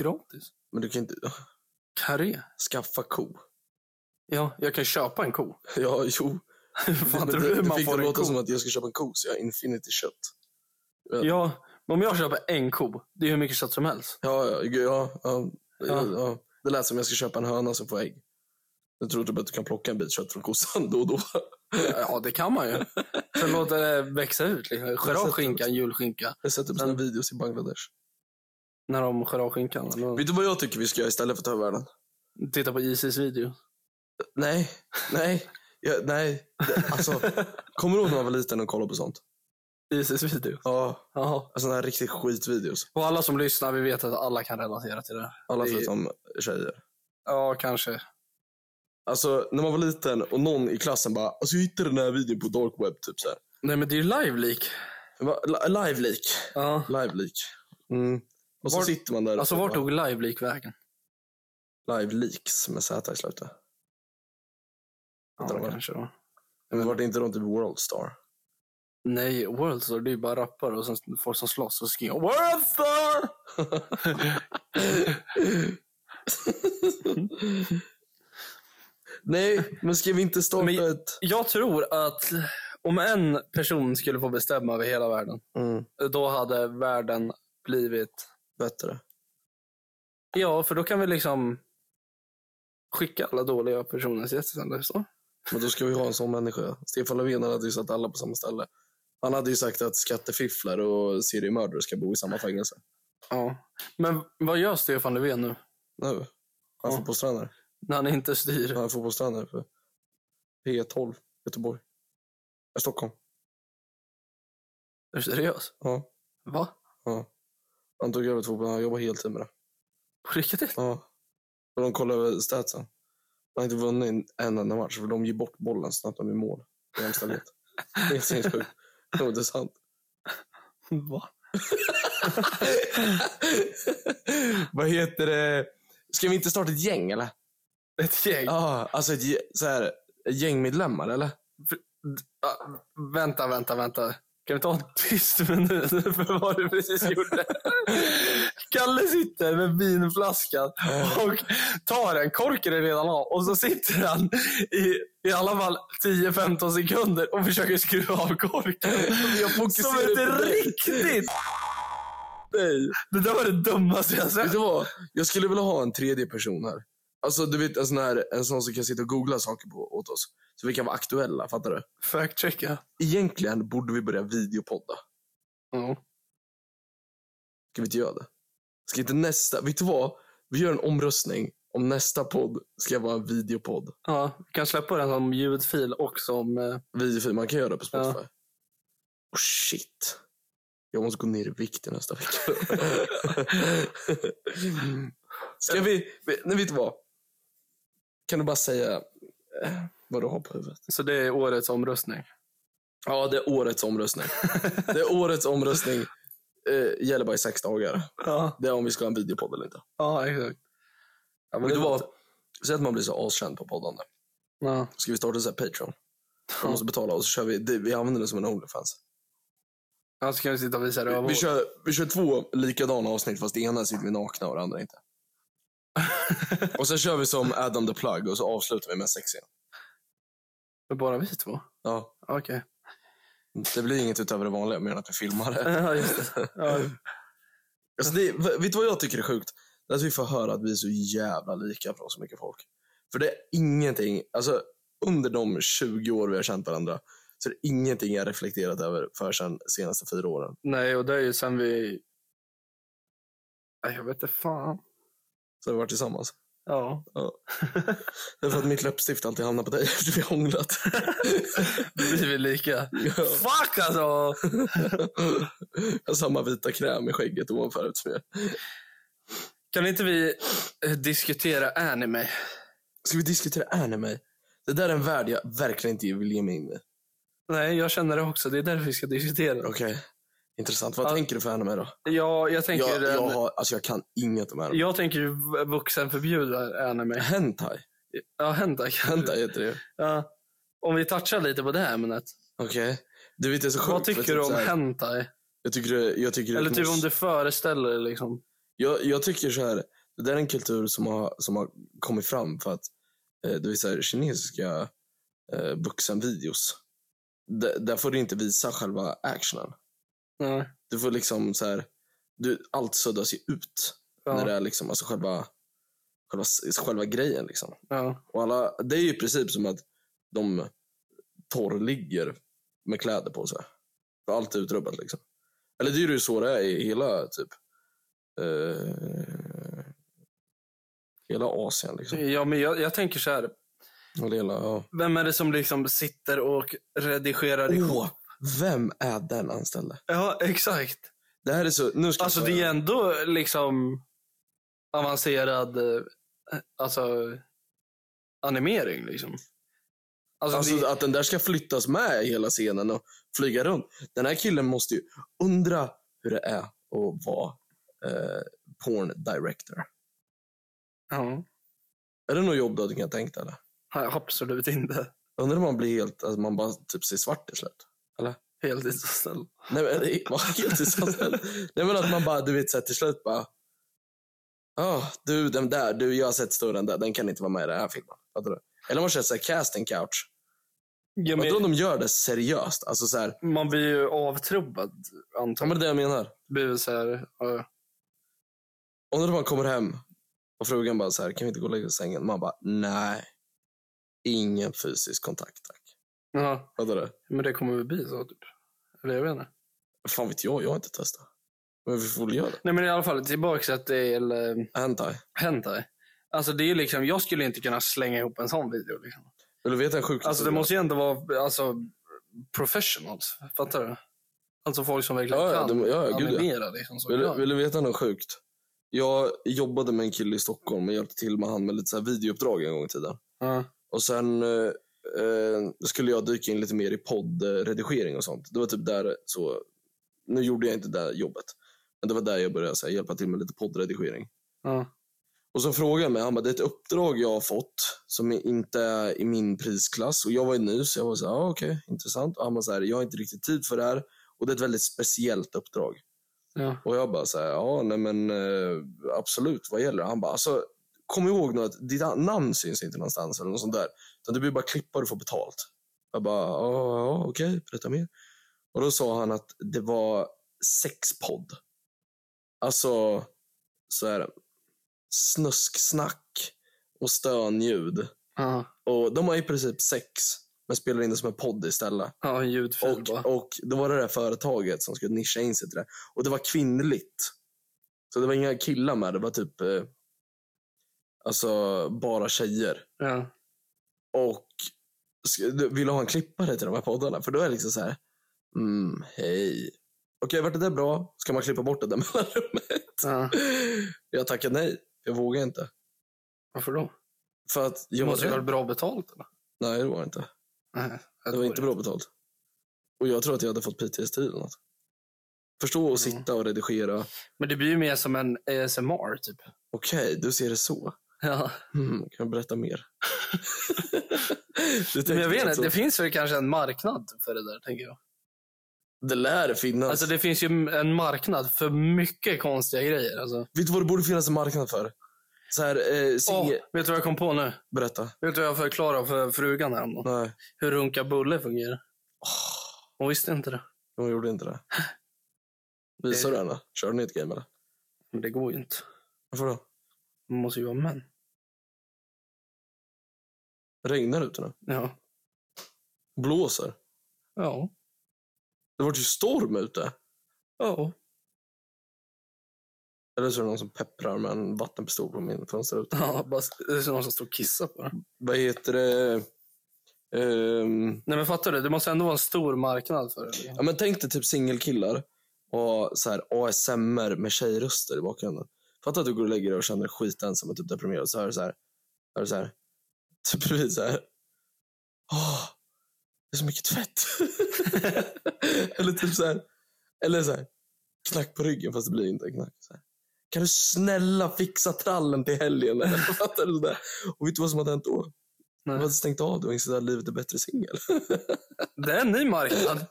S2: Gratis.
S1: Men du kan inte
S2: Karré.
S1: skaffa ko.
S2: Ja, jag kan köpa en ko.
S1: Ja, jo.
S2: fan
S1: Men
S2: tror
S1: du,
S2: du
S1: du
S2: man
S1: fick det
S2: får en
S1: låta
S2: ko?
S1: som att jag ska köpa en ko, så jag har infinity kött.
S2: Ja, men om jag köper en ko, det är hur mycket kött som helst.
S1: Ja, ja, gud, ja, ja, ja.
S2: Ja.
S1: ja. Det lät som jag ska köpa en höna som får ägg. Jag tror typ att du kan plocka en bit kött från kossan då och då.
S2: Ja, det kan man ju. Sen låter det växa ut. Liksom. Skär av skinkan, julskinka.
S1: Jag har sett upp sina
S2: Men-
S1: videos i Bangladesh.
S2: När de skär av skinkan. eller-
S1: Vet du vad jag tycker vi ska göra istället för att ta över världen?
S2: Titta på Isis video.
S1: Nej, nej, ja, nej. Det- Alltså, kommer du ihåg när man var liten och kollade på sånt?
S2: Isis video.
S1: Ja,
S2: Jaha.
S1: alltså sådana här riktigt skitvideos.
S2: Och alla som lyssnar, vi vet att alla kan relatera till det.
S1: Alla
S2: Det är-
S1: förutom tjejer.
S2: Ja, kanske.
S1: Alltså, när man var liten och någon i klassen bara, alltså jag hittade den här videon på dark web, typ så här.
S2: Nej, men det är ju live-leak.
S1: Jag bara, "Li- Live leak,
S2: Ja.
S1: live leak. Mm. Och så
S2: Var-
S1: sitter man där
S2: Alltså,
S1: och
S2: vart
S1: bara-
S2: tog live-leak vägen?
S1: Live Leaks med Z i slutet.
S2: Ja,
S1: Vänta, vad-
S2: kanske då.
S1: Men var det inte någon typ Worldstar?
S2: Nej, Worldstar, det är ju bara rappare och sen folk som slåss och skriker Worldstar!
S1: Nej, men ska vi inte starta
S2: Men-
S1: ett...
S2: Jag tror att Om en person skulle få bestämma över hela världen,
S1: Mm.
S2: då hade världen blivit...
S1: Bättre.
S2: Ja, för då kan vi liksom skicka alla dåliga personer till jättesändare. Så.
S1: Men då ska vi ha en sån människa. Stefan Löfven hade ju satt alla på samma ställe. Han hade ju sagt att skattefifflar och seriemördare ska bo i samma fängelse.
S2: Ja. Men vad gör Stefan Löfven nu,
S1: Nu. Han
S2: Ja.
S1: är fotbollstränare.
S2: när han inte styr?
S1: Han är fotbollstränare för P12 Göteborg. Äh, Stockholm.
S2: Är du seriös?
S1: Ja.
S2: Va?
S1: Han tog över ett fotboll. Han jobbar heltid med det.
S2: På riktigt?
S1: Ja. Och de kollar över statsen. Han har inte vunnit en- en enda match för de ger bort bollen så snabbt de är i mål. I jämställdhet. Det är helt sinnessjukt. Det är inte sant.
S2: Va?
S1: Vad heter det? Ska vi inte starta ett gäng eller?
S2: Ett gäng?
S1: Ja, alltså ett, ge- så här, gängmedlemmar eller?
S2: Ah, vänta, vänta, vänta. Kan vi ta en tyst minut för vad du precis gjorde? Kalle sitter med vinflaskan och tar den. Korken är redan av. Och så sitter han i, i alla fall 10-15 sekunder och försöker skruva av korken.
S1: Jag
S2: Som ett riktigt...
S1: dig.
S2: Det där var det dummaste jag
S1: Vet
S2: sett.
S1: du vad? Jag skulle vilja ha en tredje person här. Alltså du vet en sån, här, en sån som kan sitta och googla saker på, åt oss. Så vi kan vara aktuella, fattar du?
S2: Fact-checka.
S1: Egentligen borde vi börja videopodda. Ska vi inte göra det? Ska inte nästa... Vet du vad? Vi gör en omröstning om nästa podd ska vara en videopodd.
S2: Ja, vi kan släppa den som ljudfil och som... eh,
S1: Videofil, man kan göra det på Spotify. Oh, shit. Jag måste gå ner i vikt i nästa vecka. ska vi... vi- Nej, vet du vad? Kan du bara säga eh, vad du har på huvudet?
S2: Så det är årets omröstning.
S1: Ja, det är årets omröstning. det är årets omröstning. Eh, gäller bara i sex dagar.
S2: Ja,
S1: Det är om vi ska ha en videopodd eller inte.
S2: ja exakt. Ja,
S1: Men det
S2: låter-
S1: var, säg att man blir så askänd på poddande.
S2: Ja.
S1: Ska vi starta så här Patreon?
S2: Ja.
S1: Man måste betala och så kör vi, det, vi använder det som en Onlyfans.
S2: Ja, så kan vi sitta och visa
S1: Vi,
S2: rövhål.
S1: vi, kör, vi kör två likadana avsnitt fast det ena sitter vi nakna och det andra inte. och sen kör vi som Adam the Plug och så avslutar vi med sex igen.
S2: Men Bara vi två? Ah,
S1: Ja,
S2: Okej.
S1: det blir inget utöver det vanliga mer än att vi filmar det.
S2: Ja, just det. Ja.
S1: Alltså det vet du vad jag tycker är sjukt? Det är att vi får höra att vi är så jävla lika från så mycket folk. För det är ingenting, alltså under de 20 år vi har känt varandra så är det ingenting jag reflekterat över för sen senaste fyra åren.
S2: Nej, och det är ju sen vi... Nej, jag vet inte fan.
S1: Så har vi varit tillsammans.
S2: Ja.
S1: Det är för att mitt läppstift alltid hamnar på dig efter vi har hånglat.
S2: Då blir vi lika. Fuck alltså!
S1: Jag har samma vita kräm i skägget ovanför ett smör.
S2: Kan inte vi eh, diskutera anime?
S1: Ska vi diskutera anime? Det där är en värld jag verkligen inte vill ge mig in i.
S2: Nej, jag känner det också. Det är därför vi ska diskutera. det.
S1: Okej, intressant. Vad
S2: Ja.
S1: tänker du för anime då?
S2: Ja, jag tänker
S1: Jag,
S2: ju den...
S1: jag, har, alltså jag kan inget om anime.
S2: Jag tänker ju v- vuxenförbjuda anime.
S1: Hentai.
S2: Ja, hända kanske.
S1: Hentai heter det ju.
S2: Ja. Om vi touchar lite på det här ämnet.
S1: Okej. Du vet det är så sjukt.
S2: Vad
S1: för
S2: tycker
S1: typ
S2: du om
S1: så här-
S2: hentai?
S1: Jag tycker det, jag tycker det
S2: Eller
S1: är ett
S2: typ om
S1: måste.
S2: du föreställer liksom.
S1: Jag, jag tycker så här, det där är en kultur som har, som har kommit fram för att eh, det vill säga kinesiska eh, vuxenvideos. Där, där får du inte visa själva actionen.
S2: Nej.
S1: Du får liksom så här, du, allt suddas ju ut
S2: Ja.
S1: när det är liksom alltså själva, själva, s- själva grejen liksom.
S2: Ja.
S1: Och alla, det är ju i princip som att de torrligger med kläder på sig. För allt är utrubbat liksom. Eller det är ju så det är i hela typ eh, hela Asien liksom.
S2: ja, men jag, jag tänker så här.
S1: Eller hela, ja.
S2: Vem är det som liksom sitter och redigerar ihop?
S1: Åh, vem är den anställde?
S2: Ja, exakt.
S1: Det här är så, nu ska
S2: Alltså
S1: jag
S2: det är ändå liksom avancerad eh, alltså animering liksom. Alltså,
S1: Alltså
S2: det,
S1: att den där ska flyttas med i hela scenen och flyga runt. Den här killen måste ju undra hur det är att vara eh, porn director.
S2: ja,
S1: Är det något jobb du hade kunnat tänka dig? eller?
S2: nej, absolut inte.
S1: Undrar om man blir helt, alltså man bara typ ser svart till slut.
S2: Helt inställd.
S1: Nej men, det var helt iscensatt. Nej men att man bara, du vet så här, till slut bara. Ja, du den där, du jag har sett större än där, den kan inte vara med i den här filmen. Fattar du? Eller man känner såhär casting couch.
S2: Ja,
S1: Vadå
S2: men,
S1: de gör det seriöst? Alltså så här,
S2: man blir ju avtrubbad,
S1: ja,
S2: antar
S1: men det
S2: jag.
S1: är det jag menar.
S2: Blir så här, ja.
S1: Och när man kommer hem och frugan bara så här, kan vi inte gå och lägga oss i sängen? Man bara, nej. Ingen fysisk kontakt tack.
S2: ja,
S1: Fattar du?
S2: men det kommer väl bli så, typ. Eller jag vet inte.
S1: Fan vet jag, jag har inte testat. Men vi får väl göra det.
S2: Nej, men i alla fall tillbaka till eh,
S1: Hentai.
S2: Hentai. Alltså, det är ju liksom, jag skulle inte kunna slänga ihop en sån video. Liksom.
S1: Vill du veta en sjukdom?
S2: Alltså, det måste ju ändå vara alltså, professionals. Fattar du? Alltså folk som verkligen
S1: Ja, ja,
S2: kan
S1: de, ja, ja, gud ja.
S2: animera. Liksom, som
S1: Vill, du-
S2: kan.
S1: vill du veta något sjukt? Jag jobbade med en kille i Stockholm och hjälpte till med han med lite så här videouppdrag en gång i tiden.
S2: Ja.
S1: Och sen eh, eh, skulle jag dyka in lite mer i poddredigering och sånt. Det var typ där så... Nu gjorde jag inte det där jobbet. Men det var där jag började så här, hjälpa till med lite poddredigering.
S2: Ja.
S1: Och så frågade han mig, han bara, det är ett uppdrag jag har fått som är inte är i min prisklass. Och jag var ju ny, så jag var så här, ah, okej, intressant. Och han bara så här, jag har inte riktigt tid för det här. Och det är ett väldigt speciellt uppdrag.
S2: Ja.
S1: Och jag bara så här, ja, nej men eh, absolut, vad gäller det? Han bara, alltså, kom ihåg nu att ditt namn syns inte någonstans eller något sånt där. Utan du blir bara klippa och du får betalt. Jag bara, ja, ja okej, berätta mer. Och då sa han att det var sexpodd. Alltså, så här, snusksnack och stönljud.
S2: Ja.
S1: Och de har i princip sex, men spelar in det som en podd istället.
S2: Ja, en ljudfil bara.
S1: Och, och då var det det där företaget som skulle nischa in sig till det. Och det var kvinnligt. Så det var inga killar med, det var typ eh, alltså bara tjejer.
S2: Ja.
S1: Och sk- du- vill du ha en klippare till de här poddarna? För då är det liksom så här, mm, hej. Okej, vart det där bra? Ska man klippa bort det där mellanrummet?
S2: Ja.
S1: Jag tackade nej. Jag vågar inte.
S2: Varför då?
S1: För att
S2: Det
S1: jag var
S2: måste ju ha
S1: rädd.
S2: varit bra betalt. Eller?
S1: Nej, det var det inte.
S2: Nej, jag
S1: Det
S2: tror
S1: var inte bra betalt. Och jag tror att jag hade fått PTSD eller något. Förstå att
S2: Mm.
S1: sitta och redigera.
S2: Men det blir ju mer som en ASMR, typ.
S1: Okej, du ser det så.
S2: Ja.
S1: Hmm, kan jag berätta mer? Du
S2: Men
S1: tänkte
S2: jag vet
S1: alltså,
S2: inte, det finns väl kanske en marknad för det där, tänker jag.
S1: det lär finnas.
S2: Alltså det finns ju en marknad för mycket konstiga grejer. Alltså.
S1: Vet du vad det borde finnas en marknad för? Så här, eh, sing-
S2: Åh, vet du vad jag kom på nu?
S1: Berätta.
S2: Vet du vad jag förklarade för frugan häromdagen?
S1: Nej,
S2: Hur runka bulle fungerar. Hon visste inte det.
S1: hon gjorde inte det. Visar du henne? Körde ni ett game eller?
S2: Men det går ju inte.
S1: Varför då?
S2: Man måste ju vara män.
S1: Regnar det ute nu?
S2: Ja.
S1: Blåser?
S2: Ja.
S1: Det vart ju storm ute.
S2: Ja.
S1: Eller så är det någon som pepprar med en vattenpistol på min fönster ute.
S2: ja bara, det är som någon som står och kissar på den.
S1: Vad heter det? Ehm,
S2: Nej men fattar du? Det måste ändå vara en stor marknad för det.
S1: Ja, men tänk dig typ singelkillar och så här ASMR med tjejröster i bakgrunden. Fatta att du går och lägger dig och känner dig skitensam och typ deprimerad. Så hör du så här. Hör du så här. Typ bredvid så här. Åh, det är så mycket tvätt. eller typ så här. Eller så här. Knack på ryggen fast det blir inte en knack. Så här. Kan du snälla fixa trallen till helgen? Eller? Fattar du det? där? Och vet du vad som hade hänt då?
S2: Nej.
S1: De hade stängt av det och insett att livet är bättre singel.
S2: Det är en ny marknad.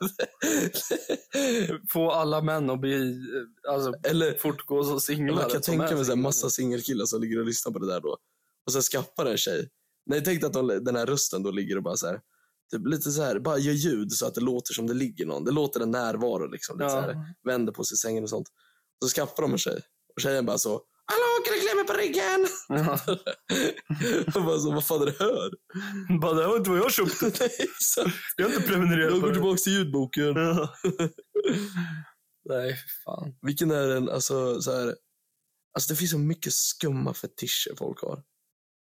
S2: Få alla män att bli, eh, alltså,
S1: Eller
S2: fortgå som
S1: Ja,
S2: singlar.
S1: men Jag kan
S2: som är
S1: tänka mig en
S2: singlar.
S1: massa singelkillar som ligger och lyssnar på det där då. Och sen skaffar en tjej. Nej, tänk dig att de, den här rösten då ligger och bara så här. Typ lite så här, bara gör ljud så att det låter som det ligger någon. Det låter en närvaro liksom. Lite så här,
S2: Ja.
S1: vänder på sig i sängen och sånt. Så skaffar de en tjej. Och tjejen bara så. Hallå, kan du klämma på ryggen?
S2: Ja.
S1: och bara så, vad fan är det här?
S2: Bara, det här var inte vad jag köpte.
S1: Nej, så,
S2: Jag har inte prenumererat
S1: jag
S2: på
S1: går
S2: det.
S1: tillbaka till ljudboken.
S2: Ja. Nej, fy fan.
S1: Vilken är den, alltså så här. Alltså det finns så mycket skumma fetischer folk har.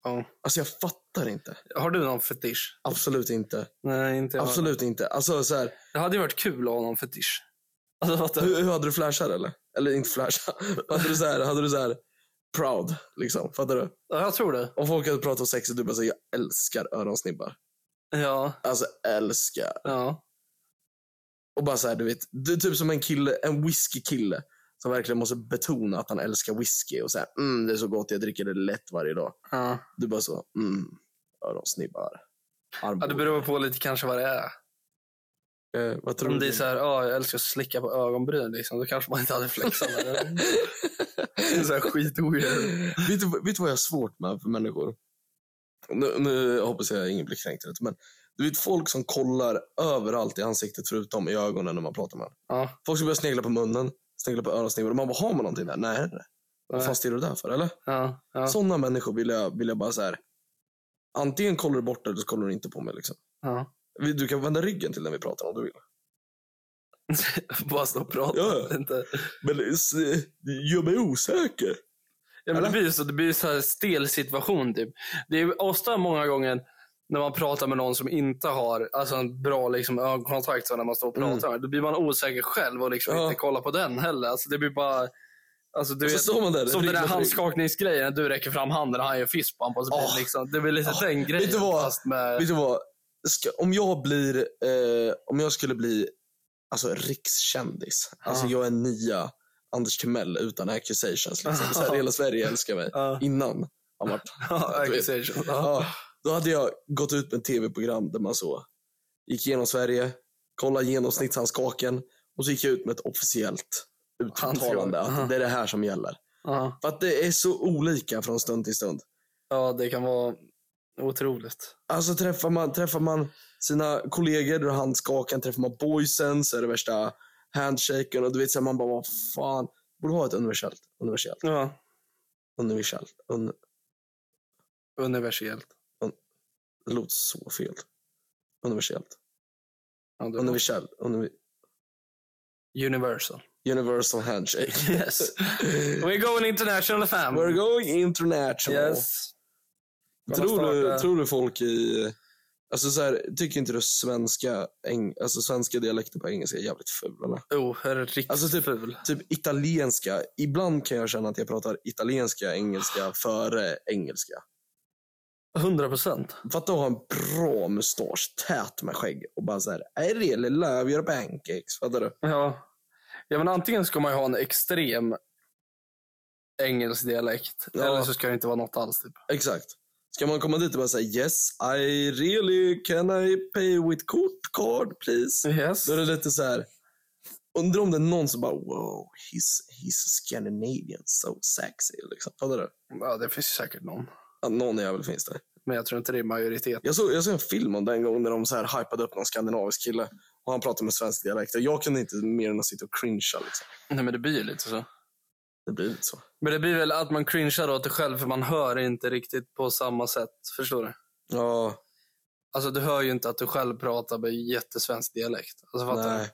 S2: Ja.
S1: Alltså jag fattar inte.
S2: Har du någon fetisch?
S1: Absolut inte.
S2: Nej, inte jag.
S1: Absolut inte. Alltså, så här,
S2: Det hade ju varit kul att ha någon fetisch. Alltså, fattar du?
S1: hur, hur hade du flashar eller? Eller inte flashar. hade du så här, hade du så här proud liksom? Fattar du?
S2: Ja, jag tror det.
S1: Om folk hade pratat om sex och du bara säger jag älskar öronsnibbar.
S2: Ja,
S1: Alltså älskar.
S2: ja.
S1: Och bara så här, du vet, du är typ som en kille, en whiskykille som verkligen måste betona att han älskar whisky och så här, mm, det är så gott, jag dricker det lätt varje dag.
S2: ja.
S1: Du bara så, mm, öronsnibbar.
S2: ja det
S1: Armbågar.
S2: beror på lite kanske vad det är.
S1: eh, vad tror
S2: Om det
S1: du?
S2: är så här, ja, jag älskar att slicka på ögonbryn, liksom, då kanske man inte hade flexat. med det. Det är så här skitweird.
S1: vet, du, vet du vad jag har svårt med för människor? Nu, nu hoppas jag ingen blir kränkt. vet du, Men Du vet folk som kollar överallt i ansiktet förutom i ögonen när man pratar med honom.
S2: Ja.
S1: Folk som börjar snegla på munnen, snegla på öronen, och man bara, har man någonting där? Nej. nej. Vad fan stirrar du där för, eller?
S2: Ja, ja,
S1: Sådana människor vill jag, vill jag bara så här. Antingen kollar du bort eller så kollar du inte på mig. Liksom.
S2: ja.
S1: Vi- Du kan vända ryggen till när vi pratar om du vill.
S2: Bara stå och prata.
S1: Ja, ja.
S2: Inte.
S1: Men eh, s- gör mig osäker.
S2: Ja, men det
S1: Eller?
S2: blir ju så, det blir ju så här stel situation. Typ. Det är ofta många gånger när man pratar med någon som inte har alltså en bra liksom, ögonkontakt så när man står och pratar. Då blir man osäker själv och liksom
S1: Ja.
S2: inte kollar på den heller. Alltså, det blir bara... Alltså, du
S1: Och så
S2: vet,
S1: står man där.
S2: som den
S1: rygg
S2: där
S1: mot rygg.
S2: handskakningsgrejen, när du räcker fram handen och han gör fistbump. Och så blir
S1: Ah.
S2: det, liksom, det blir lite
S1: Ah.
S2: den grejen.
S1: du vad?
S2: Fast med,
S1: Vet du vad? Ska, om jag blir, eh, om jag skulle bli alltså, rikskändis. Alltså
S2: Ja.
S1: jag är nya Anders Timell utan accusations. Liksom. Så här, hela Sverige älskar mig.
S2: Ja.
S1: Innan han vart
S2: Ja,
S1: du vet.
S2: accusation. Ja.
S1: Ja, då hade jag gått ut med ett tv-program där man så gick igenom Sverige, kollade genomsnittshandskaken och så gick jag ut med ett officiellt uttalande
S2: Handskak, aha.
S1: att det är det här som gäller.
S2: Ja.
S1: För att det är så olika från stund till stund.
S2: ja, det kan vara otroligt.
S1: Alltså träffar man, träffar man sina kollegor, då är det handskakan, träffar man boysen så är det värsta handshaken och du vet så här, man bara vad fan, borde ha ett universellt, universellt,
S2: Ja.
S1: universellt. Un,
S2: Universellt.
S1: det låter så fel. Universellt,
S2: Ja, det var-
S1: universellt, univ,
S2: Universal.
S1: universal handshake.
S2: Yes. We're going international fam.
S1: We're going international.
S2: Yes.
S1: Tror, du,
S2: Starta.
S1: tror du folk i... Alltså så här, tycker inte du svenska, eng, alltså svenska dialekter på engelska är jävligt ful? Eller?
S2: Oh, här är riktigt
S1: Alltså, typ-
S2: ful.
S1: Typ italienska. Ibland kan jag känna att jag pratar italienska, engelska före engelska.
S2: 100 procent.
S1: Fatta att ha en bra mustasch, tät med skägg och bara så här, I really love your pancakes. Fattar du?
S2: Ja. ja, men antingen ska man ju ha en extrem engelsk dialekt.
S1: Ja.
S2: Eller så ska det inte vara något alls. Typ.
S1: Exakt. Ska man komma dit och bara säga yes, I really, can I pay with kort, card please?
S2: Yes.
S1: Då är det lite så här... Undrar om det är någon som bara wow, he's, he's Scandinavian, so sexy. Liksom. Fattar du?
S2: Ja, det finns ju säkert någon.
S1: Ja, någon jävel finns det.
S2: Men jag tror inte det är majoritet.
S1: Jag såg, jag såg en film om den gången när de så här hypade upp någon skandinavisk kille och han pratade med svensk dialekt. Och Jag kunde inte mer än att sitta och cringea. Liksom.
S2: Nej, men det blir ju lite så.
S1: Det blir lite så.
S2: Men det blir väl att man cringear åt det själv för man hör inte riktigt på samma sätt. Förstår du?
S1: Ja,
S2: Alltså du hör ju inte att du själv pratar med jättesvensk dialekt. Alltså fattar du?
S1: nej.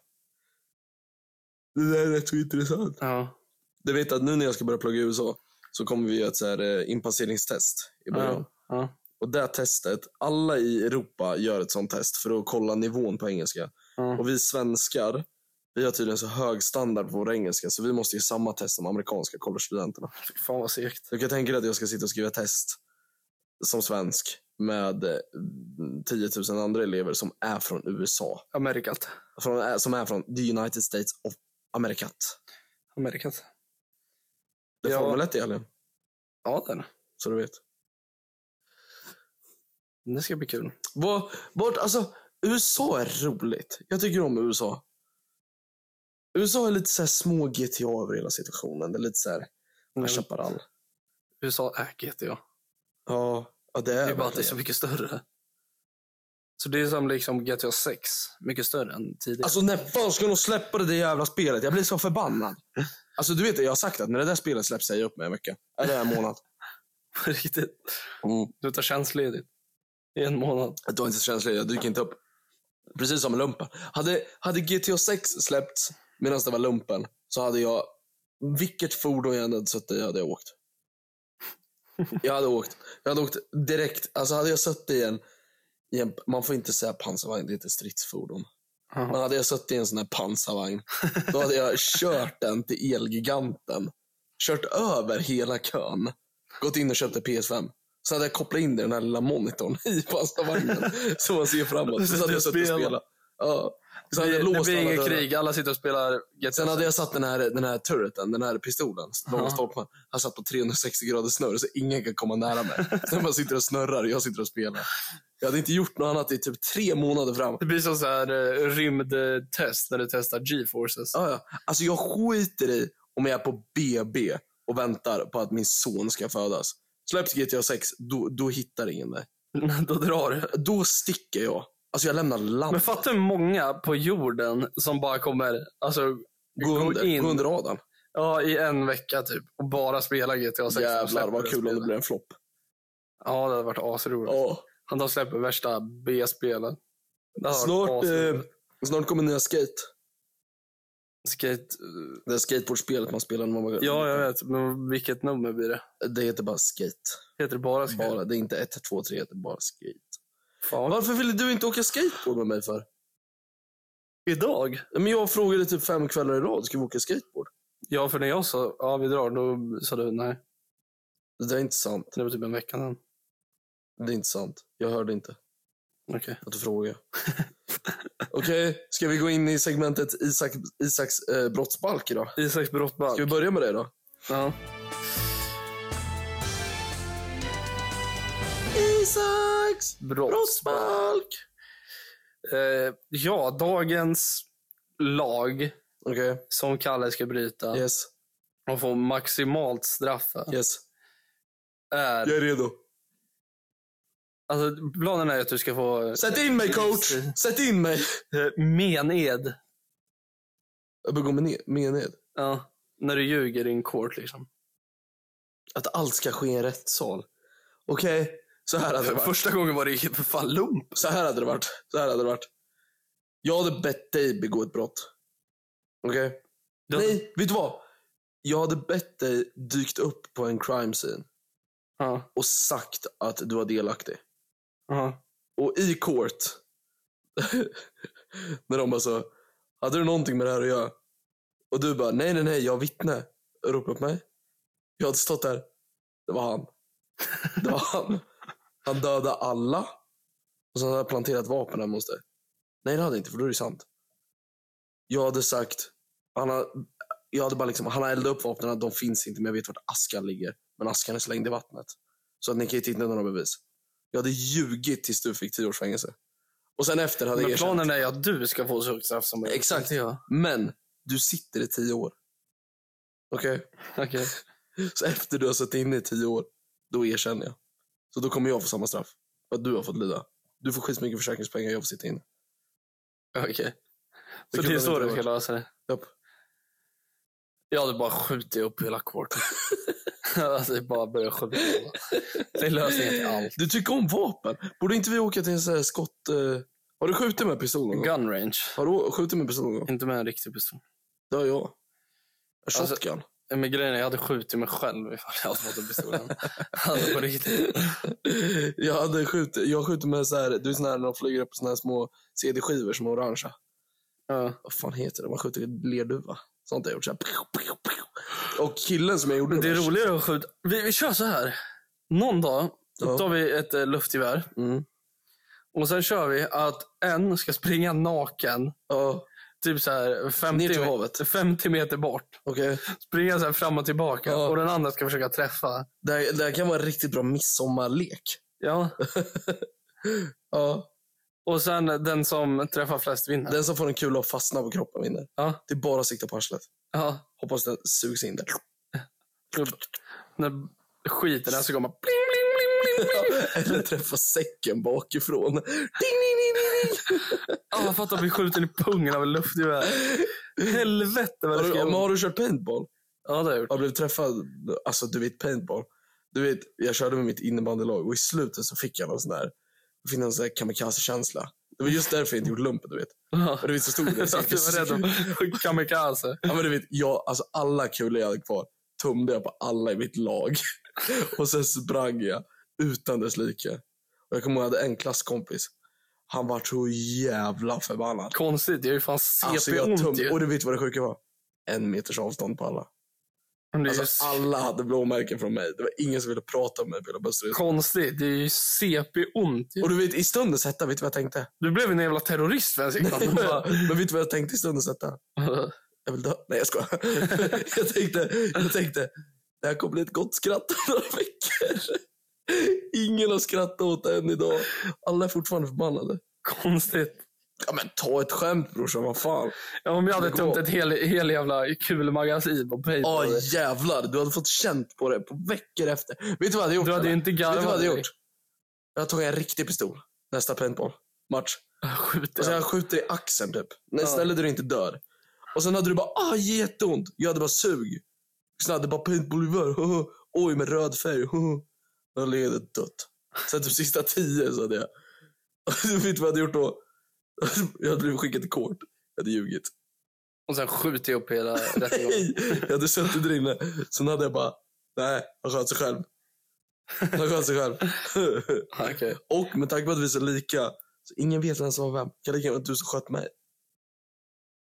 S1: Det där är rätt så intressant.
S2: Ja.
S1: Du vet att nu när jag ska börja plugga i USA så kommer vi göra ett så här eh, inpasseringstest i början.
S2: Ja, ja.
S1: Och det här testet, alla i Europa gör ett sånt test för att kolla nivån på engelska.
S2: ja.
S1: Och vi svenskar, vi har tydligen så hög standard på vår engelska så vi måste ju samma test som amerikanska collegestudenterna.
S2: Fy fan vad segt.
S1: Du kan tänka dig att jag ska sitta och skriva test som svensk med eh, 10 000 andra elever som är från USA.
S2: Amerikat.
S1: Från, är- som är från the United States of America.
S2: Amerikat.
S1: Det är
S2: Ja.
S1: Formel 1 i helgen,
S2: Ja, den.
S1: så du vet.
S2: Det ska bli kul.
S1: Var, vart, alltså, USA är roligt. Jag tycker om USA. USA är lite så här små GTA över hela situationen. Det är lite så här
S2: Men
S1: High Chaparral.
S2: USA äh, är GTA.
S1: Ja, ja, det
S2: Det
S1: är
S2: är bara att det är
S1: verkligen.
S2: så mycket större. Så det är som liksom GTA 6. Mycket större än tidigare.
S1: Alltså när fan ska de släppa det där jävla spelet? Jag blir så förbannad. Alltså du vet, jag har sagt att när det där spelet släpps säger jag upp mig en vecka. Eller en månad.
S2: Alltså, på riktigt. Du tar tjänstledigt. I en månad.
S1: Du har inte känsla, jag dyker inte upp. Precis som lumpen. Hade, hade GTA 6 släppts medan det var lumpen så hade jag, vilket fordon jag än hade suttit i hade jag åkt. Jag hade åkt. Jag hade åkt direkt. Alltså hade jag suttit i en, i en man får inte säga pansarvagn, det är inte stridsfordon. Men hade jag suttit i en sån här pansarvagn, då hade jag kört den till Elgiganten. Kört över hela kön. Gått in och köpt en PS5. Sen hade jag kopplat in det i den här lilla monitorn i pansarvagnen. så man ser framåt. Så hade jag suttit och spelat. Ja. Så
S2: Det
S1: hade jag
S2: blir, det
S1: låst
S2: blir
S1: alla
S2: inget
S1: dörrar.
S2: krig. Alla sitter och spelar GTA
S1: Sen hade jag satt den här, den här turreten, den här pistolen, långa
S2: Ja.
S1: stolpen. Han satt på 360 graders snurr så ingen kan komma nära mig. Sen man sitter och snurrar och jag sitter och spelar. Jag hade inte gjort något annat i typ tre månader fram.
S2: Det blir som så här eh, rymdtest när du testar G-forces.
S1: Ja, ja. Alltså jag skiter i om jag är på BB och väntar på att min son ska födas. Släpps GTA 6, då, då hittar ingen mig.
S2: Då drar du.
S1: Då sticker jag. Alltså jag lämnar
S2: Men
S1: landet.
S2: fattar hur många på jorden som bara kommer alltså,
S1: Gå under,
S2: in
S1: gå under radarn.
S2: Ja, i en vecka typ och bara spela GTA 6. och
S1: Jävlar
S2: släpper
S1: vad kul om det
S2: spelet.
S1: blir en flopp.
S2: Ja, det hade varit asroligt.
S1: Ja.
S2: Han tar släpper värsta B-spelen. Det hade varit
S1: Snart, eh,
S2: asroligt.
S1: snart kommer nya Skate.
S2: Skate...
S1: Det här skateboardspelet man spelade när man var liten.
S2: Ja, jag vet. Men vilket nummer blir det?
S1: Det heter bara Skate.
S2: Heter det bara skate?
S1: Bara, det är inte 1, 2, 3, det är bara Skate.
S2: Fan.
S1: Varför ville du inte åka skateboard med mig för?
S2: Idag?
S1: Men jag frågade typ fem kvällar i rad, ska vi åka skateboard?
S2: Ja, för när jag sa ja, vi drar, då sa du nej.
S1: Det där är inte sant.
S2: Det var typ en vecka sedan.
S1: Det är inte sant. Jag hörde inte
S2: Okej.
S1: att du frågade. Okej, ska vi gå in i segmentet Isak, Isaks eh, brottsbalk idag?
S2: Isaks
S1: Ska vi
S2: brottbalk.
S1: börja med det då?
S2: Ja.
S1: Isaks brottsbalk!
S2: Eh, ja, dagens lag
S1: Okej,
S2: som Kalle ska bryta
S1: yes,
S2: och få maximalt straff för
S1: yes.
S2: är...
S1: Jag är redo.
S2: Alltså, planen är att du ska få...
S1: Sätt in mig coach! Sätt in mig!
S2: Eh, Mened.
S1: Jag begår men- mened.
S2: Ja. När du ljuger i en court liksom.
S1: Att allt ska ske i en rättssal. Okej, så här hade det varit.
S2: Alltså, Första gången var det ju för fan lump.
S1: Så här hade det varit. Så här hade det varit. Jag hade bett dig begå ett brott. Okej? Nej, vet du vad? Jag hade bett dig dykt upp på en crime scene
S2: Ja.
S1: och sagt att du var delaktig.
S2: ja.
S1: Och i court, när de bara så, hade du någonting med det här att göra? Och du bara, nej, nej, nej, jag är vittne. Ropa på mig. Jag hade stått där. Det var han. Det var han. Han dödade alla. Och sen hade han planterat vapen hemma hos dig. Nej, det hade han inte, för då är det sant. Jag hade sagt, han har, jag hade bara liksom, han har eldat upp vapnen, de finns inte, men jag vet vart askan ligger. Men askan är slängd i vattnet. Så att ni kan ju inte hitta några bevis. Jag hade ljugit tills du fick tio års fängelse. Och sen efter hade jag
S2: Men
S1: erkänt.
S2: planen är ju att du ska få så högt straff som möjligt.
S1: Exakt.
S2: Inte jag.
S1: Men du sitter i tio år. Okej?
S2: Okej.
S1: Så efter du har suttit inne i tio år, då erkänner jag. Så då kommer jag få samma straff. För att du har fått lida. Du får skitmycket försäkringspengar, jag får sitta inne.
S2: Okej. Så
S1: kunde
S2: det är
S1: han
S2: så
S1: inte
S2: du
S1: ha
S2: ska
S1: varit.
S2: lösa det?
S1: Japp.
S2: Jag hade bara skjutit upp hela courten. alltså, jag bara börjat skjuta. Det är lösningen till allt.
S1: Du tycker om vapen. Borde inte vi åka till en sån här skott... Eh... Har du skjutit med pistol någon gång?
S2: Gun range.
S1: Har du skjutit med pistol någon gång?
S2: Inte med en riktig pistol.
S1: Det har jag. En
S2: Alltså-
S1: shotgun.
S2: Men grejen är, jag hade skjutit mig själv ifall jag hade fått en pistol. alltså på riktigt.
S1: jag hade skjutit... Jag skjuter med så här... Du är sån här när de flyger upp på såna här små CD-skivor som är orangea.
S2: Ja.
S1: Vad fan heter det? Man skjuter lerduva. Sånt har jag gjort. Så här. Pew, pew, pew. Och killen som jag gjorde
S2: Det är
S1: med-
S2: roligare att skjuta... Vi, vi kör så här. Någon dag
S1: Ja.
S2: tar vi ett eh, luftgevär
S1: Mm.
S2: och sen kör vi att en ska springa naken,
S1: Ja,
S2: typ så här
S1: ner
S2: 50,
S1: till
S2: me-
S1: havet.
S2: 50 meter bort.
S1: Okej.
S2: Springa så här fram och tillbaka
S1: Ja.
S2: och den andra ska försöka träffa.
S1: Det här, det här kan vara en riktigt bra midsommarlek.
S2: Ja.
S1: Ja.
S2: Och sen den som träffar flest vinner.
S1: Den som får en kula och fastnar på kroppen vinner.
S2: Ja.
S1: Det är bara att sikta på arslet.
S2: Ja.
S1: Hoppas den sugs in där.
S2: När skiten är så går man pling, pling, pling, pling, pling.
S1: Eller träffa säcken bakifrån. Ding, ding, ding, ding, ding.
S2: Ja, man fattar att bli skjuten i pungen av en luftgevär. Helvete vad
S1: Har
S2: det ska
S1: du, men
S2: göra.
S1: har du kört paintball?
S2: Ja, det har jag gjort.
S1: Jag blev träffad, alltså du vet paintball. Du vet, jag körde med mitt innebandylag och i slutet så fick jag någon sån där, jag fick någon sån där kamikaze-känsla. Det var just därför jag inte gjorde lumpen, du vet.
S2: Ja.
S1: Och du vet så stod det.
S2: Jag
S1: Så jag
S2: var rädd om kamikaze.
S1: Ja, men du vet, jag, alltså alla kulor jag hade kvar tömde jag på alla i mitt lag. Och sen sprang jag utan dess like. Och jag kommer ihåg att jag hade en klasskompis. Han var så jävla förbannad.
S2: Konstigt, jag är ju fan CP
S1: Alltså, jag
S2: ont
S1: tömde,
S2: ju.
S1: och du vet vad det sjuka var? En meters avstånd på alla.
S2: Men det är ju
S1: Alltså, alla hade blåmärken från mig. Det var ingen som ville prata med mig på hela bussen.
S2: konstigt, det är ju CP ont ju.
S1: Och du vet, i stundens hetta, vet du vad jag tänkte?
S2: Du blev en jävla terrorist för en sekund. Bara-
S1: Men vet du vad jag tänkte i stundens hetta? Jag vill dö. Nej, jag skojar. jag, tänkte, jag tänkte, det här kommer bli ett gott skratt om några veckor. Ingen har skrattat åt det än idag. Alla är fortfarande förbannade.
S2: konstigt.
S1: Ja, men ta ett skämt brorsan, vad fan.
S2: Ja, Om jag hade
S1: Det går.
S2: tömt ett hel, hel jävla kulmagasin på
S1: Ja,
S2: paintball.
S1: Ah, jävlar. Du hade fått känt på det på veckor efter. Vet du vad jag hade gjort?
S2: du hade ju
S1: eller?
S2: inte
S1: Vet du vad jag
S2: garvat
S1: hade
S2: dig.
S1: gjort? Jag hade tagit en riktig pistol. Nästa paintball. Match. Och sen
S2: Skjuter
S1: han skjuter i axeln typ. Nej,
S2: Ja.
S1: snälla du inte dör. Och sen hade du bara, ah jätteont. Jag hade bara sug. Sen hade jag bara paintballgevär. Oj, med röd färg. Jag leder dött. Sen typ sista tio så hade jag. Du vet vad jag hade gjort då? Jag hade blivit skickad till court. Jag hade ljugit.
S2: Och sen skjuter jag upp hela rättegången.
S1: Nej, jag hade suttit där inne. Sen hade jag bara, nej, han sköt sig själv. Han sköt sig själv.
S2: Okej.
S1: Och med tanke på att vi är så lika, så ingen vet vem som var vem. Kan det lika gärna vara du som sköt mig?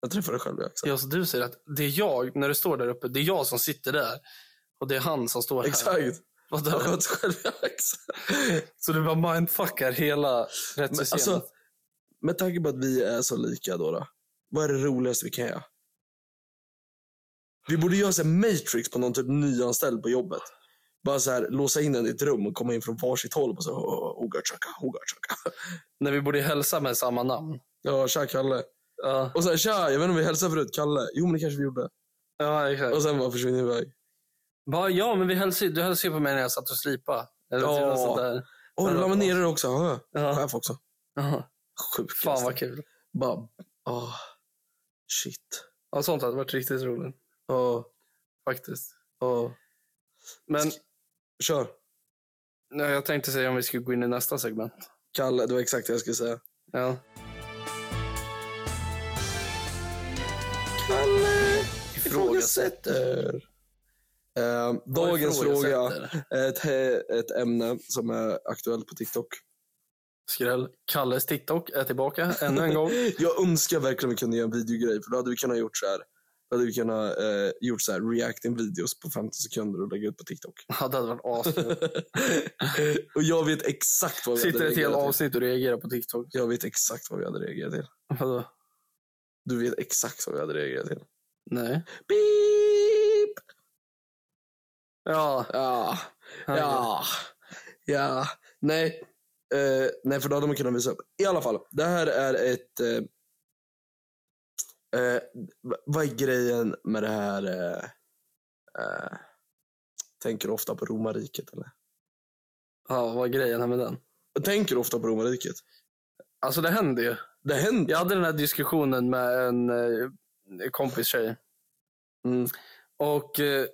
S1: Jag träffade själv i axeln.
S2: Ja, så du säger att det är jag, när du står där uppe, det är jag som sitter där. Och det är han som står här.
S1: Exakt. Han
S2: Vadå?
S1: sköt sig själv i axeln.
S2: Så du bara mindfuckar hela
S1: Men,
S2: rättssystemet.
S1: alltså, med tanke på att vi är så lika då, då vad är det roligaste vi kan göra? Vi borde göra så här Matrix på någon typ nyanställd på jobbet. Bara så här, låsa in en i ett rum och komma in från varsitt håll. Och så, oh, oh, chaka, oh, chaka.
S2: När vi borde hälsa med samma namn.
S1: Ja, tja Kalle.
S2: Ja,
S1: Och sen tja, jag vet inte om vi hälsade förut, Kalle. Jo, men det kanske vi gjorde.
S2: ja exakt.
S1: Och sen bara försvinner vi iväg.
S2: Bara, ja, men vi hälsade, du hälsade ju på mig när jag satt och slipa. Eller
S1: Ja.
S2: typ något sånt där.
S1: Åh, du la mig ner det också. Ja,
S2: Ja.
S1: Chef också.
S2: Ja.
S1: Sjukaste.
S2: Fan vad kul.
S1: Bara, åh, shit.
S2: Ja, sånt hade varit riktigt roligt.
S1: Ja,
S2: Faktiskt.
S1: ja.
S2: Men
S1: Kör.
S2: nej, jag tänkte säga om vi skulle gå in i nästa segment.
S1: Kalle, det var exakt det jag skulle säga.
S2: Ja.
S1: Kalle
S2: ifrågasätter.
S1: Eh,
S2: Vad
S1: dagens fråga
S2: ifrågasätter?
S1: är ett, ett ämne som är aktuellt på TikTok.
S2: Skräll. Kalles TikTok är tillbaka ännu en gång.
S1: Jag önskar verkligen vi kunde göra en videogrej för då hade vi kunnat gjort så här. Då hade vi kunnat eh, gjort så här reacting-videos på 15 sekunder och lägga ut på TikTok.
S2: Ja, det hade varit askul.
S1: och jag vet exakt vad vi
S2: Sitter
S1: hade
S2: ett helt
S1: reagerat till.
S2: avsnitt och reagerar på TikTok.
S1: Jag vet exakt vad vi hade reagerat till.
S2: Vadå?
S1: Du vet exakt vad vi hade reagerat till.
S2: Nej.
S1: Beep!
S2: Ja.
S1: Ja, ja, ja. Nej. Eh, nej, för då hade man kunnat visa upp. I alla fall, det här är ett... eh, eh, v- vad är grejen med det här... eh, eh, tänker du ofta på romarriket? Eller?
S2: Ja, vad är grejen här med den?
S1: Tänker du ofta på romarriket?
S2: Alltså det händer ju.
S1: Det händer.
S2: Jag hade den här diskussionen med en eh, kompis tjej.
S1: Mm.
S2: Och eh,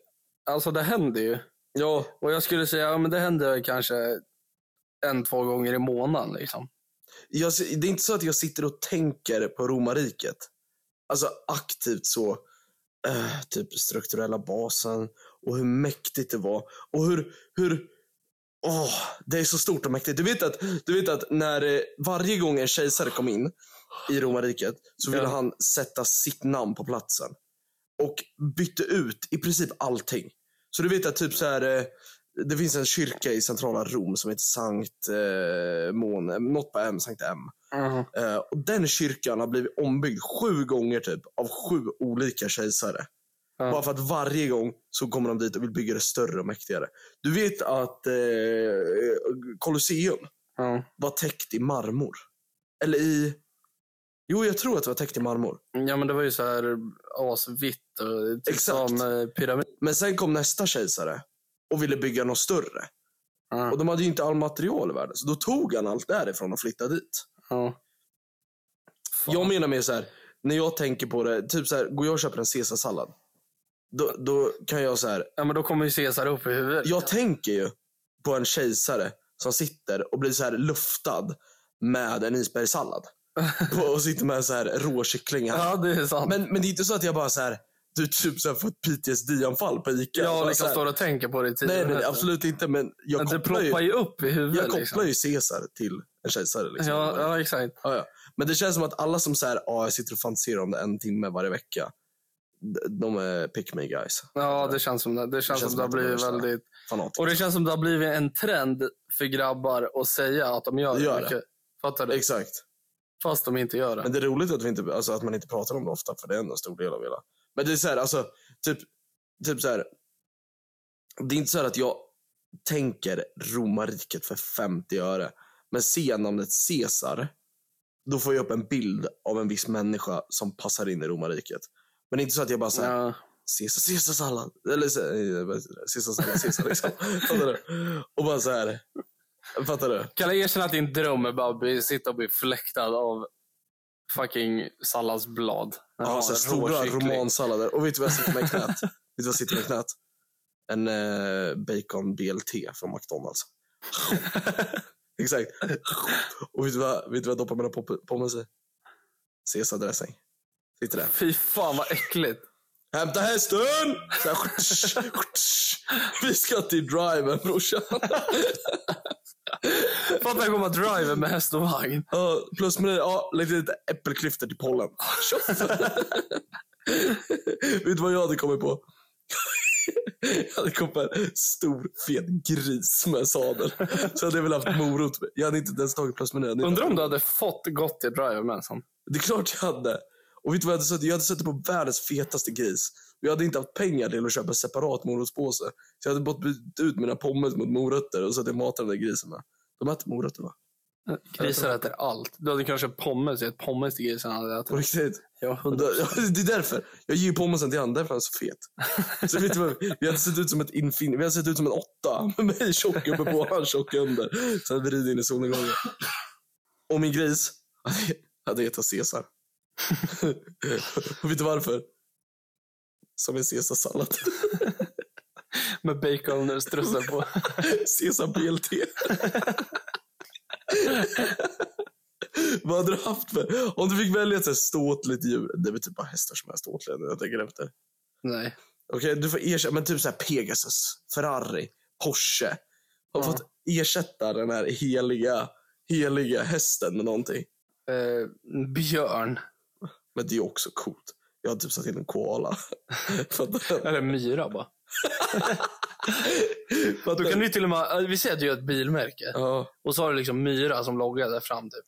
S2: alltså det händer ju.
S1: Ja,
S2: Och jag skulle säga, ja men det händer kanske en, två gånger i månaden liksom.
S1: jag, s- det är inte så att jag sitter och tänker på romarriket. Alltså aktivt så. eh, typ strukturella basen och hur mäktigt det var. Och hur... hur åh, det är så stort och mäktigt. Du vet att, du vet att när eh, varje gång en kejsare kom in i romarriket så ville
S2: Ja.
S1: han sätta sitt namn på platsen. Och bytte ut i princip allting. Så du vet att typ så här... eh, det finns en kyrka i centrala Rom som heter Sankt eh, Måne, något på M, Sankt M.
S2: Mm.
S1: Eh, och den kyrkan har blivit ombyggd sju gånger typ av sju olika kejsare.
S2: Ja.
S1: Bara för att varje gång så kommer de dit och vill bygga det större och mäktigare. Du vet att eh, Colosseum
S2: Ja.
S1: var täckt i marmor. Eller i... Jo, jag tror att det var täckt i marmor.
S2: ja men det var ju så här asvitt och typ
S1: Exakt.
S2: som eh, pyramid.
S1: Men sen kom nästa kejsare och ville bygga något större.
S2: Ja.
S1: Och de hade ju inte all material i världen, så då tog han allt därifrån och flyttade dit.
S2: Ja. Fan.
S1: Jag menar mer så här, när jag tänker på det, typ så här, går jag och köper en caesarsallad. Då, då kan jag så här,
S2: Ja men då kommer ju Caesar upp i huvudet.
S1: jag tänker ju på en kejsare som sitter och blir så här luftad med en isbergssallad. På- och sitter med en så här rå kyckling. i handen.
S2: Ja det är sant.
S1: Men, men det är inte så att jag bara så här, du typ så här får ett PTSD-anfall på Ica.
S2: jag
S1: Bara
S2: liksom
S1: så här,
S2: står och tänker på det i tio
S1: nej, nej,
S2: minuter.
S1: absolut inte. Men jag
S2: Men det
S1: kopplar ju,
S2: ploppar ju upp i huvudet.
S1: jag
S2: liksom.
S1: kopplar ju Caesar till en kejsare. Liksom.
S2: ja, ja exakt.
S1: Ja, ja. Men det känns som att alla som så här, ah, jag sitter och fantiserar om det en timme varje vecka, d- de är pick me guys.
S2: Ja, det känns som det. Det känns,
S1: känns
S2: som det
S1: som att
S2: har
S1: det
S2: blivit
S1: är värsta.
S2: väldigt...
S1: Fanatiker.
S2: Och det känns som det har blivit en trend för grabbar att säga att de gör det.
S1: Gör det.
S2: mycket. Fattar du?
S1: Exakt.
S2: Fast de inte gör det.
S1: Men det är roligt att, vi inte, alltså, att man inte pratar om det ofta, för det är ändå en stor del av hela. Men det är så här, alltså, typ, typ så här. Det är inte så här att jag tänker romarriket för 50 öre, men ser jag namnet Caesar, då får jag upp en bild av en viss människa som passar in i romarriket. Men det är inte så att jag bara så här,
S2: Ja.
S1: Caesar, Caesar sallad. Eller så- eh, vad heter det? Caesar sallad, Caesar liksom. Fattar du? Och bara så här. Fattar du?
S2: Kan jag erkänna att din dröm är bara att bli- sitta och bli fläktad av fucking salladsblad? När man
S1: Ja,
S2: har
S1: så här
S2: en
S1: stora
S2: råkyckling.
S1: romansallader. Och vet du vad jag sitter med i knät? vet du vad jag sitter med i knät? En eh, bacon BLT från McDonalds. Exakt. Och vet du vad, vet du vad jag doppar mina pop- pommes i? Caesardressing. Sitter där.
S2: Fy fan vad äckligt.
S1: Hämta hästen! Så här, skjutsch, skjutsch. Vi ska till driven, brorsan.
S2: Fatta att komma driver med häst och vagn.
S1: Ja, plus med det, ja, lägg till lite äppelklyftor till pollen. Tjoff! Vet du vad jag hade kommit på? Jag hade kommit på en stor, fet gris med en sadel. Så hade jag väl haft morot. Jag hade inte ens tagit plus med det.
S2: Undrar om du hade fått gott till driver med en sån.
S1: Det är klart jag hade. Och vet du vad jag hade suttit? Jag hade suttit på världens fetaste gris. Och jag hade inte haft pengar till att köpa en separat morotspåse. Så jag hade bara bytt ut mina pommes mot morötter och så hade jag matat den där grisen med. De äter morötter va?
S2: Grisar äter allt. Du hade kunnat köpa pommes i ett pommes till grisen hade
S1: På
S2: ätit.
S1: riktigt.
S2: Ja,
S1: Och
S2: hundra.
S1: då- ja, Det är därför. Jag ger ju pommesen till han, därför han är så fet. Så vet du vad, vi hade sett ut som ett infin... Vi hade sett ut som en åtta. Med mig tjock uppe på han tjock under. Så hade vi ridit in i solnedgången. Och min gris hade- hade hetat Caesar. Och vet du varför? Som en Caesarsallad.
S2: Med bacon strössel på.
S1: Caesar BLT. Vad hade du haft för... Om du fick välja ett så här ståtligt djur. Det är väl typ bara hästar som är ståtliga nu. Jag tänker efter.
S2: Nej.
S1: Okej, du får ersätta, men typ så här Pegasus, Ferrari, Porsche. Har
S2: Ja.
S1: fått ersätta den här heliga, heliga hästen med någonting.
S2: Eh, björn.
S1: Men det är också coolt. Jag har typ satt in en koala. Fattar du?
S2: Eller myra bara.
S1: Fattar
S2: Då kan
S1: du?
S2: du ju till och med, eh, vi säger att du gör ett bilmärke.
S1: Ja,
S2: Och så har du liksom myra som loggar där fram typ.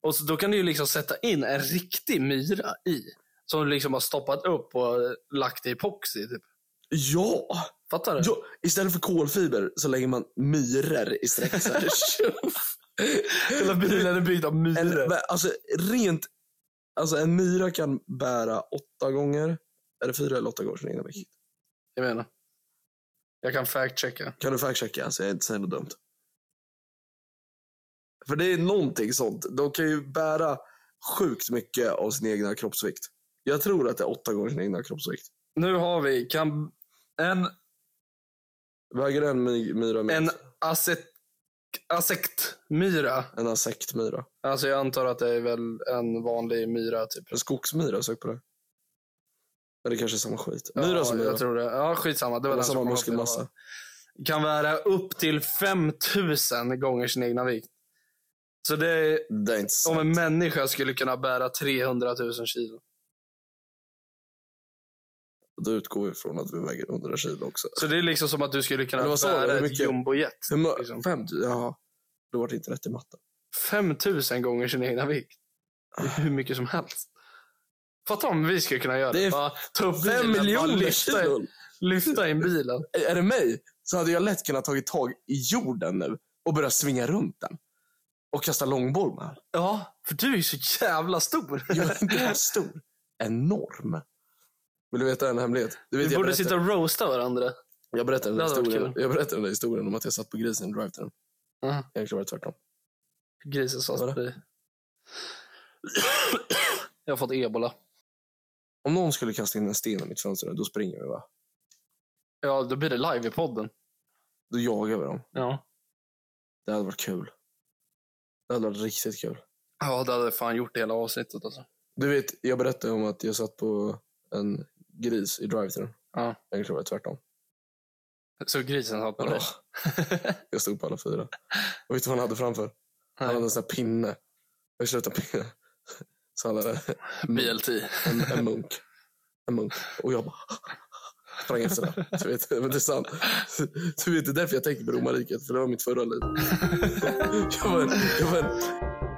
S2: Och så, då kan du ju liksom sätta in en riktig myra i. Som du liksom har stoppat upp och eh, lagt i epoxy typ.
S1: ja.
S2: Fattar du?
S1: ja! Istället för kolfiber så lägger man myror i streck. så här.
S2: Hela bilen är byggd av
S1: en,
S2: myror.
S1: alltså, rent, alltså en myra kan bära åtta gånger. Är det fyra eller åtta gånger sin egna vikt?
S2: Jag menar. Jag kan fact-checka.
S1: Kan du fact-checka så jag inte säger något dumt? För det är någonting sånt. De kan ju bära sjukt mycket av sin egna kroppsvikt. Jag tror att det är åtta gånger sin egna kroppsvikt.
S2: Nu har vi kan en,
S1: Väger en my- myra mer?
S2: en asset, asektmyra.
S1: en asektmyra.
S2: Alltså jag antar att det är väl en vanlig myra typ.
S1: En skogsmyra, sök på det. Eller kanske samma skit.
S2: Ja,
S1: Myra som myra.
S2: Jag tror det. Ja, skitsamma. Det var
S1: Eller
S2: den som
S1: samma
S2: kom upp.
S1: muskelmassa.
S2: Kan vara upp till 5000 gånger sin egna vikt. Så det är
S1: Det är inte sant.
S2: om en människa skulle kunna bära 300 000 kilo.
S1: Då utgår vi från att vi väger 100 kilo också.
S2: Så det är liksom som att du skulle kunna
S1: Eller vad sa du?
S2: bära
S1: Hur
S2: ett
S1: mycket?
S2: jumbojet.
S1: Hur mö-
S2: Liksom.
S1: Fem? Jaha. Då var det inte rätt i matten.
S2: 5000 gånger sin egna vikt. Det är hur mycket som helst. Fatta om vi skulle kunna göra
S1: Det
S2: det.
S1: är
S2: Bara ta upp bilen,
S1: Fem
S2: bara
S1: miljoner
S2: lyfta,
S1: kilo!
S2: lyfta in bilen.
S1: Är- är det mig så hade jag lätt kunnat tagit tag i jorden nu och börjat svinga runt den. Och kasta långboll med den.
S2: Ja, för du är ju så jävla stor.
S1: Jag är inte bara stor. Enorm. Vill du veta en hemlighet? Du vet,
S2: Vi
S1: jag,
S2: borde
S1: berättade,
S2: sitta och roasta varandra.
S1: jag, berättade den där
S2: Det hade varit
S1: historien, jag berättade den där historien om att jag satt på grisen i drive den.
S2: Ja.
S1: Egentligen var det tvärtom.
S2: Grisen sa
S1: Vadå?
S2: att bli. Jag har fått ebola.
S1: Om någon skulle kasta in en sten i mitt fönster, då springer vi va?
S2: Ja, då blir det live i podden.
S1: Då jagar vi dem.
S2: Ja.
S1: Det hade varit kul. Det hade varit riktigt kul.
S2: Ja, det hade fan gjort det hela avsnittet alltså.
S1: Du vet, jag berättade om att jag satt på en gris i drive-thrun.
S2: Ja.
S1: Egentligen var det tvärtom.
S2: Så grisen satt på
S1: Ja.
S2: dig?
S1: Jag stod på alla fyra. Och vet du vad han hade framför? Han hade en sån här pinne. Jag slutade pinne. Så han hade
S2: BLT.
S1: en, en munk. En munk. Och jag bara... Sprang efter den. Du vet, men det är sant. Du vet, det är därför jag tänker på romarriket. För det var mitt förra liv. Jag var en, jag var en,